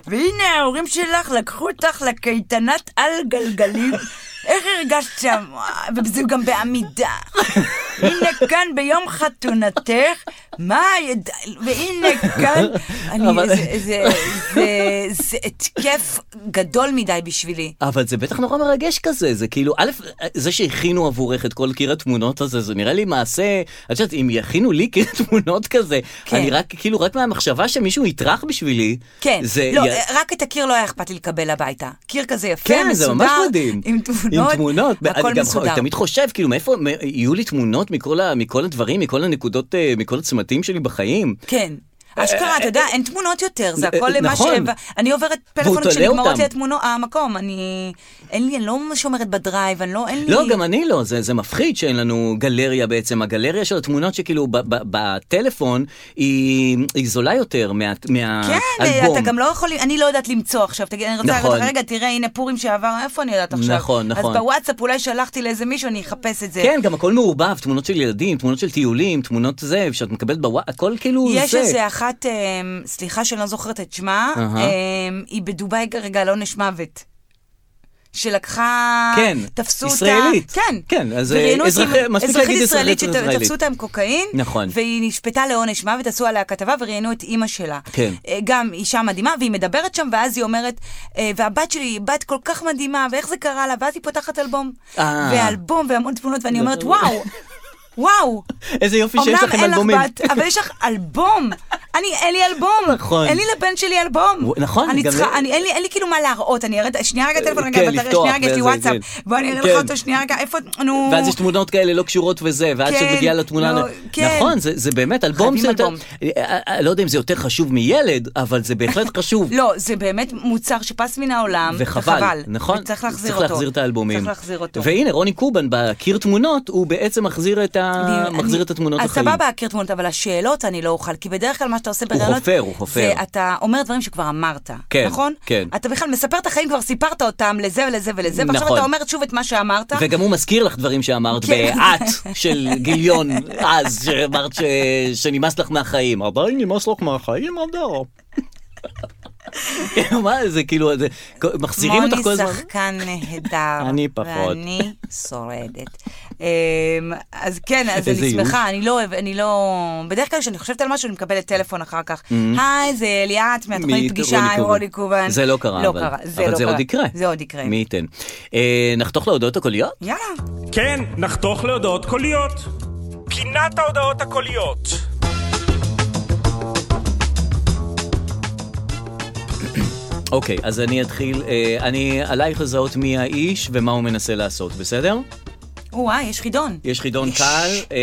והנה ההורים שלך לקחו אותך לקייטנת על גלגלים. איך הרגשת שם? וזה גם בעמידה. הנה כאן ביום חתונתך, מה ידע... והנה כאן... אני,
אבל-
זה, זה, זה, זה התקף גדול מדי בשבילי.
אבל זה בטח נורא מרגש כזה, זה כאילו, א', זה שהכינו עבורך את כל קיר התמונות הזה, זה נראה לי מעשה, את יודעת, אם יכינו לי קיר תמונות כזה,
כן.
אני רק, כאילו, רק מהמחשבה שמישהו יטרח בשבילי,
כן,
זה...
לא,
י-
רק את הקיר לא היה אכפת לי לקבל הביתה. קיר כזה יפה,
כן, זה
מסודר,
ממש מדהים.
עם תמונות,
עם תמונות.
הכל
אני גם
מסודר.
תמיד חושב, כאילו, מאיפה, מ- יהיו לי תמונות מכל, ה, מכל הדברים, מכל הנקודות, אה, מכל הצמתים שלי בחיים?
כן. אשכרה, אתה יודע, אין תמונות יותר, זה
אה, אה,
הכל מה ש...
נכון.
אני עוברת
והוא
פלאפון
תולה
כשנגמרות
אותם.
לי התמונות, המקום, אני... אין לי, אני לא שומרת בדרייב, אני לא, אין לי...
לא, גם אני לא, זה, זה מפחיד שאין לנו גלריה בעצם. הגלריה של התמונות שכאילו ב, ב, בטלפון היא, היא זולה יותר מה, מהאלבום.
כן, אתה גם לא יכול, אני לא יודעת למצוא עכשיו, תגיד, אני רוצה
נכון.
לראות, רגע, תראה, הנה פורים שעבר, איפה אני יודעת עכשיו?
נכון, נכון.
אז בוואטסאפ אולי שלחתי לאיזה מישהו, אני אחפש את זה.
כן, גם הכל מעורבב, תמונות של ילדים, תמונות של טיולים, תמונות זה, שאת מקבלת בוואט, הכל כאילו
יש
זה.
איזה אחת, אמ, סליחה שאני לא זוכרת את שמה,
אהה.
אמ, היא בדובאי כרגע על עונש מוות. שלקחה,
כן,
תפסו
ישראלית.
אותה, כן,
כן, אז,
וראיינו
אה,
אותי עם-
אזרחי- מספיק להגיד
ישראלית,
אזרחית ישראלית.
שתפסו אותה עם קוקאין,
נכון.
והיא נשפטה לעונש מוות, עשו עליה כתבה וראיינו את אימא שלה.
כן.
אה, גם אישה מדהימה, והיא מדברת שם, ואז היא אומרת, אה, והבת שלי היא בת כל כך מדהימה, ואיך זה קרה לה, ואז היא פותחת אלבום.
אה. לא
ואלבום והמון תמונות, ואני אומרת, וואו, וואו.
איזה יופי שיש
אומנם
לכם
אין
אלבומים.
לך בת, אבל יש לך אלבום. אני, אין לי אלבום.
נכון.
אין לי לבן שלי אלבום.
ו- נכון,
אני
גם
צריכה,
לי-
אני, אין לי, אין לי כאילו מה להראות. אני ארד, שנייה רגע טלפון, רגע,
כן,
אבל תראה,
לפתוח
שנייה רגע, יש לי
וזה,
וואטסאפ.
כן.
בוא אני אראה
כן.
לך אותו שנייה רגע, איפה, נו.
ואז יש תמונות כאלה לא קשורות וזה, ואז
כן,
כשאת מגיעה לתמונה...
לא, כן.
נכון, זה, זה באמת אלבום,
חייבים
זה יותר...
אלבום.
אה, אה, לא יודע אם זה יותר חשוב מילד, אבל זה בהחלט חשוב.
לא, זה באמת מוצר שפס מן העולם,
וחבל, נכון?
וצריך להחזיר
צריך
אותו.
להחזיר את האלבומים.
צריך להחזיר אותו.
והנה, רוני קובן בקיר תמונות, הוא בעצם מחזיר את, ה...
אני-
אה, מחזיר
אני-
את התמונות
אז
לחיים.
סבבה, הכיר תמונות, אבל השאלות אני לא אוכל, כי בדרך כלל מה שאתה עושה
הוא
בראיונות...
חופר, הוא חופר.
זה אתה אומר דברים שכבר אמרת,
כן,
נכון?
כן.
אתה בכלל מספר את החיים, כבר סיפרת אותם לזה ולזה ולזה,
נכון.
ועכשיו אתה אומר שוב את מה שאמרת.
וגם הוא מזכיר לך דברים שאמרת
כן.
ב"את" של גיליון אז, שאמרת ש... שנמאס לך מהחיים.
עדיין נמאס לך מהחיים, אדר?
מה זה כאילו, זה... מחזירים אותך כל הזמן.
מוני שחקן נהדר.
אני פחות.
ואני שורדת. אמ, אז כן, אז
איזה
אני
ייאוש.
שמחה, אני לא אוהב, אני לא... בדרך כלל כשאני חושבת על משהו, אני מקבלת טלפון אחר כך. היי, זה ליאת מהתוכנית
מ-
פגישה
Mm-hmm. רוני
עם
קובן.
רוני קובן.
זה לא קרה,
לא
אבל.
קרה, זה
אבל
לא
זה עוד
קרה.
יקרה.
זה עוד יקרה.
מי ייתן. אה, נחתוך להודעות הקוליות?
יאללה.
כן, נחתוך להודעות קוליות. פינת ההודעות הקוליות.
אוקיי, אז אני אתחיל. אה, אני עלייך לזהות מי האיש ומה הוא מנסה לעשות, בסדר?
וואי, יש חידון.
יש חידון קל, אה,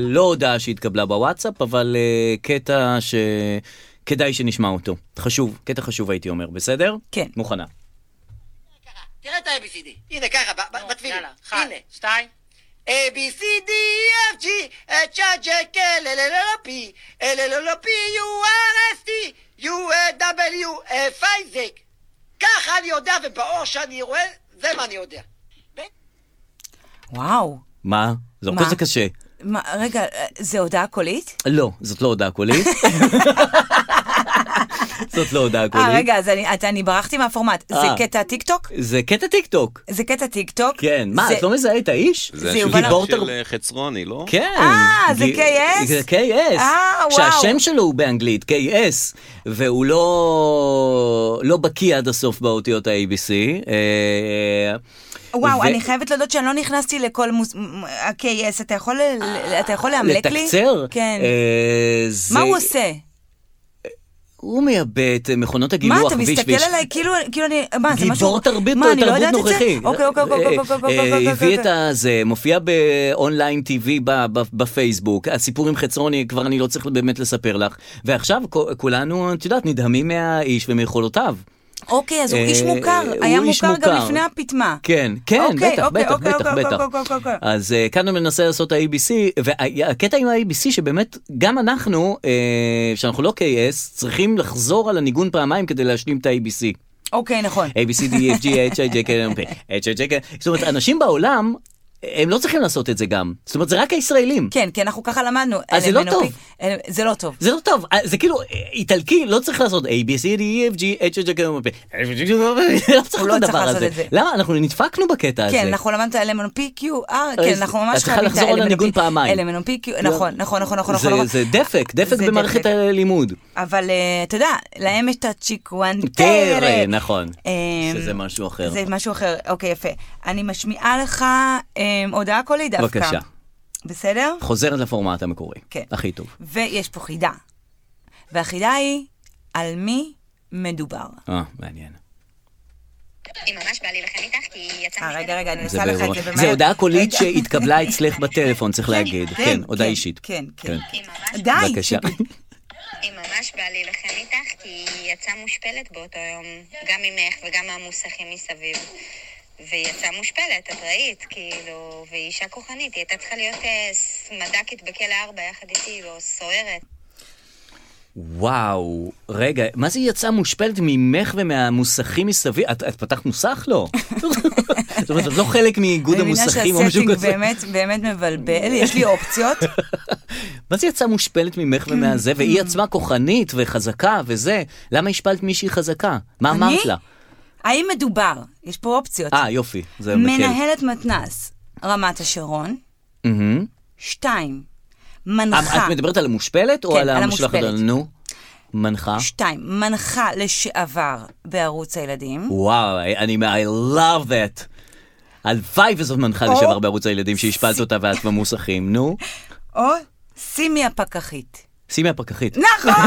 לא הודעה שהתקבלה בוואטסאפ, אבל אה, קטע שכדאי שנשמע אותו. חשוב, קטע חשוב הייתי אומר, בסדר?
כן.
מוכנה.
תראה את ה-ABCD. הנה ככה, ב- ב- בתפילה.
יאללה, אחד,
הנה.
שתיים.
A, B, C, D, E, F, G, H, I, J, K, L, L, L, L, P, L, L, L, P, U, R, S, T, U, A, W, F, I, Z. ככה אני יודע, ובאור שאני רואה, זה מה אני יודע.
וואו.
מה? זה לא
מה?
כזה קשה.
מה, רגע, אה, זה הודעה קולית? אה,
לא, זאת לא הודעה קולית. זאת לא הודעה קולית.
אה, רגע, אז אני, אתה- אני ברחתי מהפורמט. זה
אה.
קטע טיק טוק?
זה קטע טיק טוק.
זה קטע טיק טוק?
כן, מה,
זה-
את לא מזהה את האיש?
זה
השיר
יובל
גיבור תרבות.
של אה, חצרוני, לא?
כן.
אה, זה
ג-
KS?
זה KS.
אה, וואו.
שהשם שלו הוא באנגלית, KS, והוא לא, לא בקיא עד הסוף באותיות ה-ABC. אה,
וואו,
ו-
אני חייבת להודות שאני לא נכנסתי לכל מוס... מ- ה-KS, אתה יכול ל- ל- אתה יכול לאמלק לי?
אה, לתקצר?
כן.
אה, זה-
מה הוא עושה?
הוא מייבא את מכונות
מה,
הגילוח.
אתה
ויש-
מסתכל
ויש-
עליי כאילו, כאילו אני, מה, זה משהו...
גיבור תרבית
מה,
או
אני לא
תרבות
יודעת את זה?
נוכחי.
אוקיי, אוקיי, אוקיי, אוקיי, אוקיי, אוקיי,
אה,
אוקיי,
הביא את
אוקיי.
הזה, מופיע באונליין טיווי ב- ב- בפייסבוק, הסיפור עם חצרוני כבר אני לא צריך באמת לספר לך, ועכשיו כ- כולנו, את יודעת, נדהמים מהאיש ומיכולותיו.
אוקיי, אז הוא
אה,
איש מוכר,
הוא
היה
איש
מוכר גם
מוכר.
לפני הפטמה.
כן, כן,
אוקיי,
בטח,
אוקיי,
בטח,
אוקיי,
בטח,
אוקיי,
בטח.
אוקיי, אוקיי, אוקיי.
אז אה, כאן הוא מנסה לעשות ה-ABC, והקטע עם ה-ABC שבאמת, גם אנחנו, אה, שאנחנו לא KS, צריכים לחזור על הניגון פעמיים כדי להשלים את ה-ABC.
אוקיי, נכון.
A, B, C, D, E, F, G, H, I, J, K, L, M, P, H, I, J, K, זאת אומרת, אנשים בעולם, הם לא צריכים לעשות את זה גם. זאת אומרת, זה רק הישראלים.
כן, כי אנחנו ככה למדנו.
אז זה לא
אלמנופי-
טוב.
אל- זה לא טוב.
זה לא טוב, אה, זה כאילו, אה, איטלקי לא צריך לעשות A, B, C, D, E, F, G, H, I, J, K, L, M, P, H, I, J, K, L, M, P, לא צריך
הוא לא
את הדבר
צריך לעשות
הזה.
את זה.
למה? אנחנו נדפקנו בקטע הזה.
כן, אנחנו למדנו אלמנון פי קיו, אה,
אה,
כן,
אז-
אנחנו
אז
ממש
צריכה
חייבים את
לחזור על
האלמנון
הניגון
פי-
פעמיים. לא.
אלמנון פי קיו, נכון, נכון, נכון, נכון,
זה-
נכון.
זה דפק, דפק
זה
במערכת
דפק.
הלימוד.
אבל אה, אתה יודע, להם יש את הצ'יקוונטרה.
תראה, נכון.
אה,
שזה משהו אחר.
זה משהו אחר, אוקיי, יפה. אני משמיעה לך אה, הודעה קולית דווקא.
בבקשה.
בסדר?
חוזרת לפורמט המקורי.
כן.
הכי טוב.
ויש פה חידה. והחידה היא, על מי מדובר?
אה, מעניין.
אם ממש בא להילחם איתך, כי יצא
אה, רגע, רגע, אני
זה
עושה לך את
באירוע.
זה במהלך.
זה הודעה קולית
רגע.
שהתקבלה אצלך בטלפון, צריך להגיד. כן, הודעה אישית.
כן, כן.
אם ממש-
די,
בבקשה.
אם ממש בא להילחם איתך, כי היא יצאה מושפלת באותו יום, גם ממך וגם מהמוסכים מסביב. והיא יצאה מושפלת, את ראית, כאילו, והיא אישה כוחנית, היא הייתה צריכה להיות אה, סמד"כית בכלא ארבע יחד איתי, לא או סוהרת.
וואו, רגע, מה זה יצאה מושפלת ממך ומהמוסכים מסביב? את, את פתחת מוסך? לא. זאת אומרת, את לא חלק מאיגוד
אני מבינה
המוסכים או משהו
שהסטינג
כזה.
באמת, באמת מבלבל, יש לי אופציות.
מה זה יצאה מושפלת
כן.
ממך ומהזה? והיא
Mm.
עצמה כוחנית וחזקה וזה. למה השפלת מישהי חזקה? מה
אני?
אמרת לה?
האם מדובר, יש פה אופציות,
אה, יופי, זה מקל.
מנהלת מתנ"ס, רמת השרון,
מהמם.
שתיים,
אה,
מנחה,
את מדברת על המושפלת או
כן,
על
על
המשלחת?
המושפלת.
נו, מנחה.
שתיים, מנחה לשעבר בערוץ הילדים,
וואו, אני, I love it. הלוואי וזאת מנחה
או-
לשעבר בערוץ הילדים שהשפלת אותה ואת במוסכים, נו.
או סימי הפקחית.
שימי הפקחית.
נכון!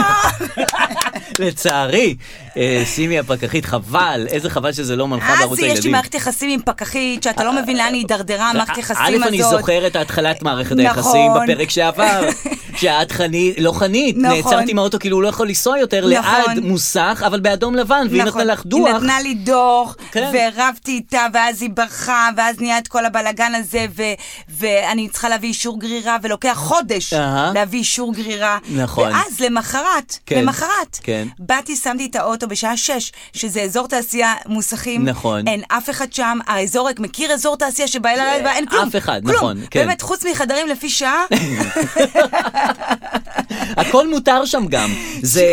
לצערי, אה, סימי הפקחית, חבל, איזה חבל שזה לא מנחה
אז
בערוץ הילדים.
אה,
אה,
יש לי מערכת יחסים עם פקחית, שאתה לא מבין לאן היא הידרדרה, מערכת יחסים הזאת.
א', אני זוכר את התחלת מערכת
נכון.
היחסים בפרק שעבר, שאת חנית, לא חנית,
נכון.
נעצרת עם האוטו כאילו הוא לא יכול לנסוע יותר,
נכון.
ליד מוסך, אבל באדום לבן, והיא
נכון.
נתנה לך דוח.
היא נתנה לי דוח,
כן.
ורבתי איתה, ואז היא ברחה, ואז נהיה את כל הבלגן הזה, ו- ואני צריכה להביא אישור גרירה, ולוקח חודש
אהה.
להביא אישור גרירה.
נכון.
ואז למחרת,
כן.
למחרת,
כן.
באתי, שמתי את האוטו בשעה שש, שזה אזור תעשייה מוסכים.
נכון.
אין אף אחד שם, האזור, מקיר אזור תעשייה שבלילה לילה, אין כלום.
אה, אף אחד,
כלום.
נכון, כן.
באמת, חוץ מחדרים לפי שעה,
הכל מותר שם גם. זה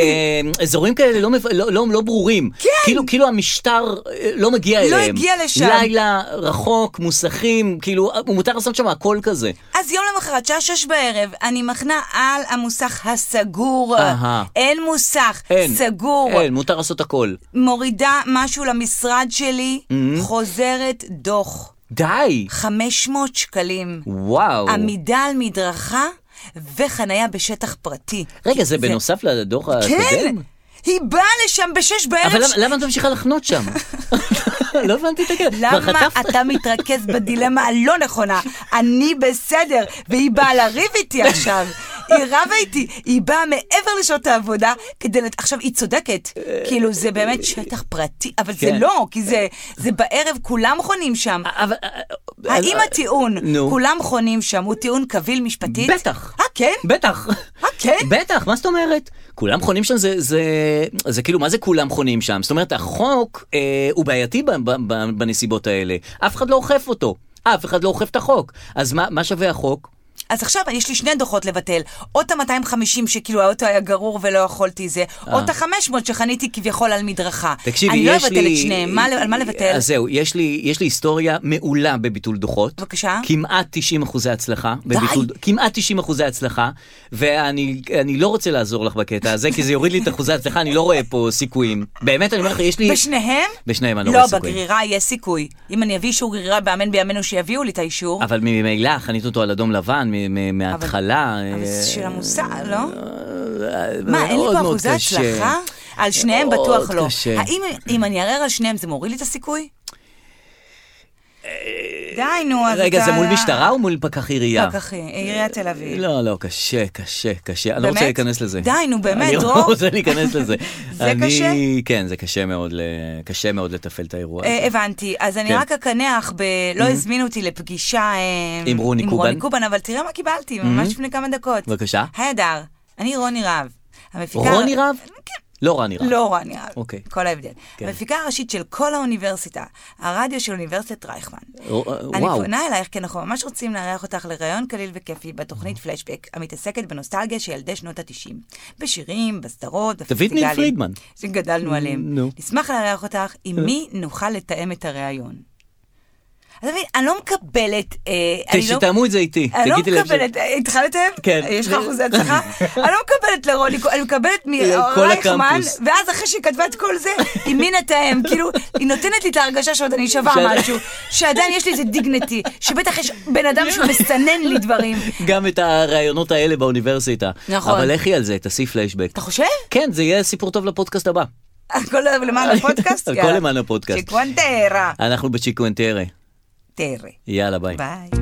אזורים כאלה לא, מב- לא, לא, לא ברורים. כן. כאילו, כאילו המשטר אה, לא מגיע
לא
אליהם.
הגיע לשם.
לילה, רחוק, מוסכים, כאילו, אה, מותר לעשות שם הכל כזה.
אז יום למחרת, שעה שש בערב, אני מחנה על המוסך הסגור.
אהה.
אין מוסך,
אין.
סגור.
אין, מותר לעשות הכל.
מורידה משהו למשרד שלי,
Mm-hmm.
חוזרת דוח.
די.
500 שקלים.
וואו.
עמידה על מדרכה וחנייה בשטח פרטי.
רגע, זה בנוסף לדוח הקודם?
כן! היא באה לשם בשש בערב.
אבל
ש-
למה, למה את ממשיכה לחנות שם? לא הבנתי את הקטע. כבר
למה
חטפת?
אתה מתרכז בדילמה הלא נכונה? אני בסדר, והיא באה לריב איתי עכשיו. היא רבה איתי, היא באה מעבר לשעות העבודה כדי... לת- עכשיו, היא צודקת. כאילו, זה באמת שטח פרטי, אבל זה
כן. אה,
לא, כי זה- זה בערב, כולם חונים שם.
אבל... אה,
האם הטיעון,
נו.
כולם חונים שם, הוא טיעון קביל משפטית?
בטח.
אה, כן?
בטח.
אה, כן?
בטח, מה זאת אומרת? כולם חונים שם זה, זה, זה כאילו, מה זה כולם חונים שם? זאת אומרת, החוק אה, הוא בעייתי ב, ב, ב, בנסיבות האלה. אף אחד לא אוכף אותו. אף אחד לא אוכף את החוק. אז מה, מה שווה החוק?
אז עכשיו יש לי שני דוחות לבטל. או את ה-250 שכאילו האוטו היה גרור ולא יכולתי זה, או את ה-500 שחניתי כביכול על מדרכה.
אה. תקשיבי,
אני לא
יש לי...
אבטל את שניהם, מה- על מה לבטל?
אז זהו, יש לי, יש לי היסטוריה מעולה בביטול דוחות.
בבקשה.
כמעט 90 אחוזי הצלחה.
די.
בביטול, כמעט 90 אחוזי הצלחה, ואני אני לא רוצה לעזור לך בקטע הזה, כי זה יוריד לי את אחוזי ההצלחה, אני לא רואה פה סיכויים. באמת, אני אומר לך, יש לי...
בשניהם?
בשניהם אני לא
לא,
רואה סיכויים.
בגרירה יש סיכוי. אם אני אביא אישור גרירה באמן בימינו שיביאו לי את האישור.
אבל ממילא חנית אותו על אדום לבן, מ- מ- מההתחלה.
אבל
אה,
זה של המוסר, לא?
אה,
מה, אין לי
מאוד
פה
מאוד
אחוזי
קשה.
הצלחה? על שניהם
מאוד
בטוח לא.
קשה.
האם אם אני אערער על שניהם זה מוריד לי את הסיכוי? די, נו, אז
אה, רגע,
אתה-
זה מול משטרה או מול פקח עירייה?
פקחי, לא עיריית תל אביב.
לא, לא, קשה, קשה, קשה. אני לא רוצה
כאילו. באמת?
להיכנס לזה.
די, נו, באמת,
אני
דרור.
לא רוצה להיכנס לזה.
זה
אני-
קשה?
כן, זה קשה מאוד ל- קשה מאוד לתפעל את האירוע
אה,
הזה.
הבנתי, אז אני
כן. Mm-hmm.
רק אקנח ב... לא הזמינו אותי לפגישה אה,
עם רוני
עם
קובן. Mm-hmm.
רוני קובן, אבל תראה מה קיבלתי, ממש לפני כמה דקות.
בבקשה.
היי הדר, אני רוני רהב. המפיקה-
רוני רהב?
כן.
לא רע נראה.
לא רני רהב.
אוקיי.
כל ההבדל.
כן.
המפיקה הראשית של כל האוניברסיטה, הרדיו של אוניברסיטת רייכמן.
רו- אה,
אני
וואו.
פונה אלייך כי אנחנו ממש רוצים לארח אותך לראיון קליל וכיפי בתוכנית פלשבק, המתעסקת בנוסטלגיה של ילדי שנות ה-90. בשירים, בסדרות, בפסטיגלים.
ניר פרידמן.
שגדלנו עליהם.
נו. אה.
נשמח לארח אותך עם מי נוכל לתאם את הראיון. אתה מבין, אני לא מקבלת... אה, אני לא-
תתאמו את זה איתי.
אני לא
תגידי להם ש-
מקבלת, אה, התחלתם?
כן.
יש לך אחוזי הצלחה? אני לא מקבלת לרוני, אני מקבלת
אה, כל
מרייכמן,
הקמפוס.
ואז אחרי שהיא כתבה את כל זה, היא מינה תאם, כאילו, היא נותנת לי את ההרגשה שעוד אני שווה
שעדיין-
משהו, שעדיין יש לי איזה דיגנטי, שבטח יש בן אדם שמסנן לי דברים.
גם את הרעיונות האלה באוניברסיטה.
נכון.
אבל לכי על זה, תעשי פלשבק.
אתה חושב?
כן, זה יהיה סיפור טוב לפודקאסט הבא.
הכל למען הפודקאסט?
אה, הכל
יאללה.
למען הפודקאסט.
צ'יקוונטרה.
אנחנו בצ'יקוונטרה.
תראה.
יאללה, ביי.
ביי.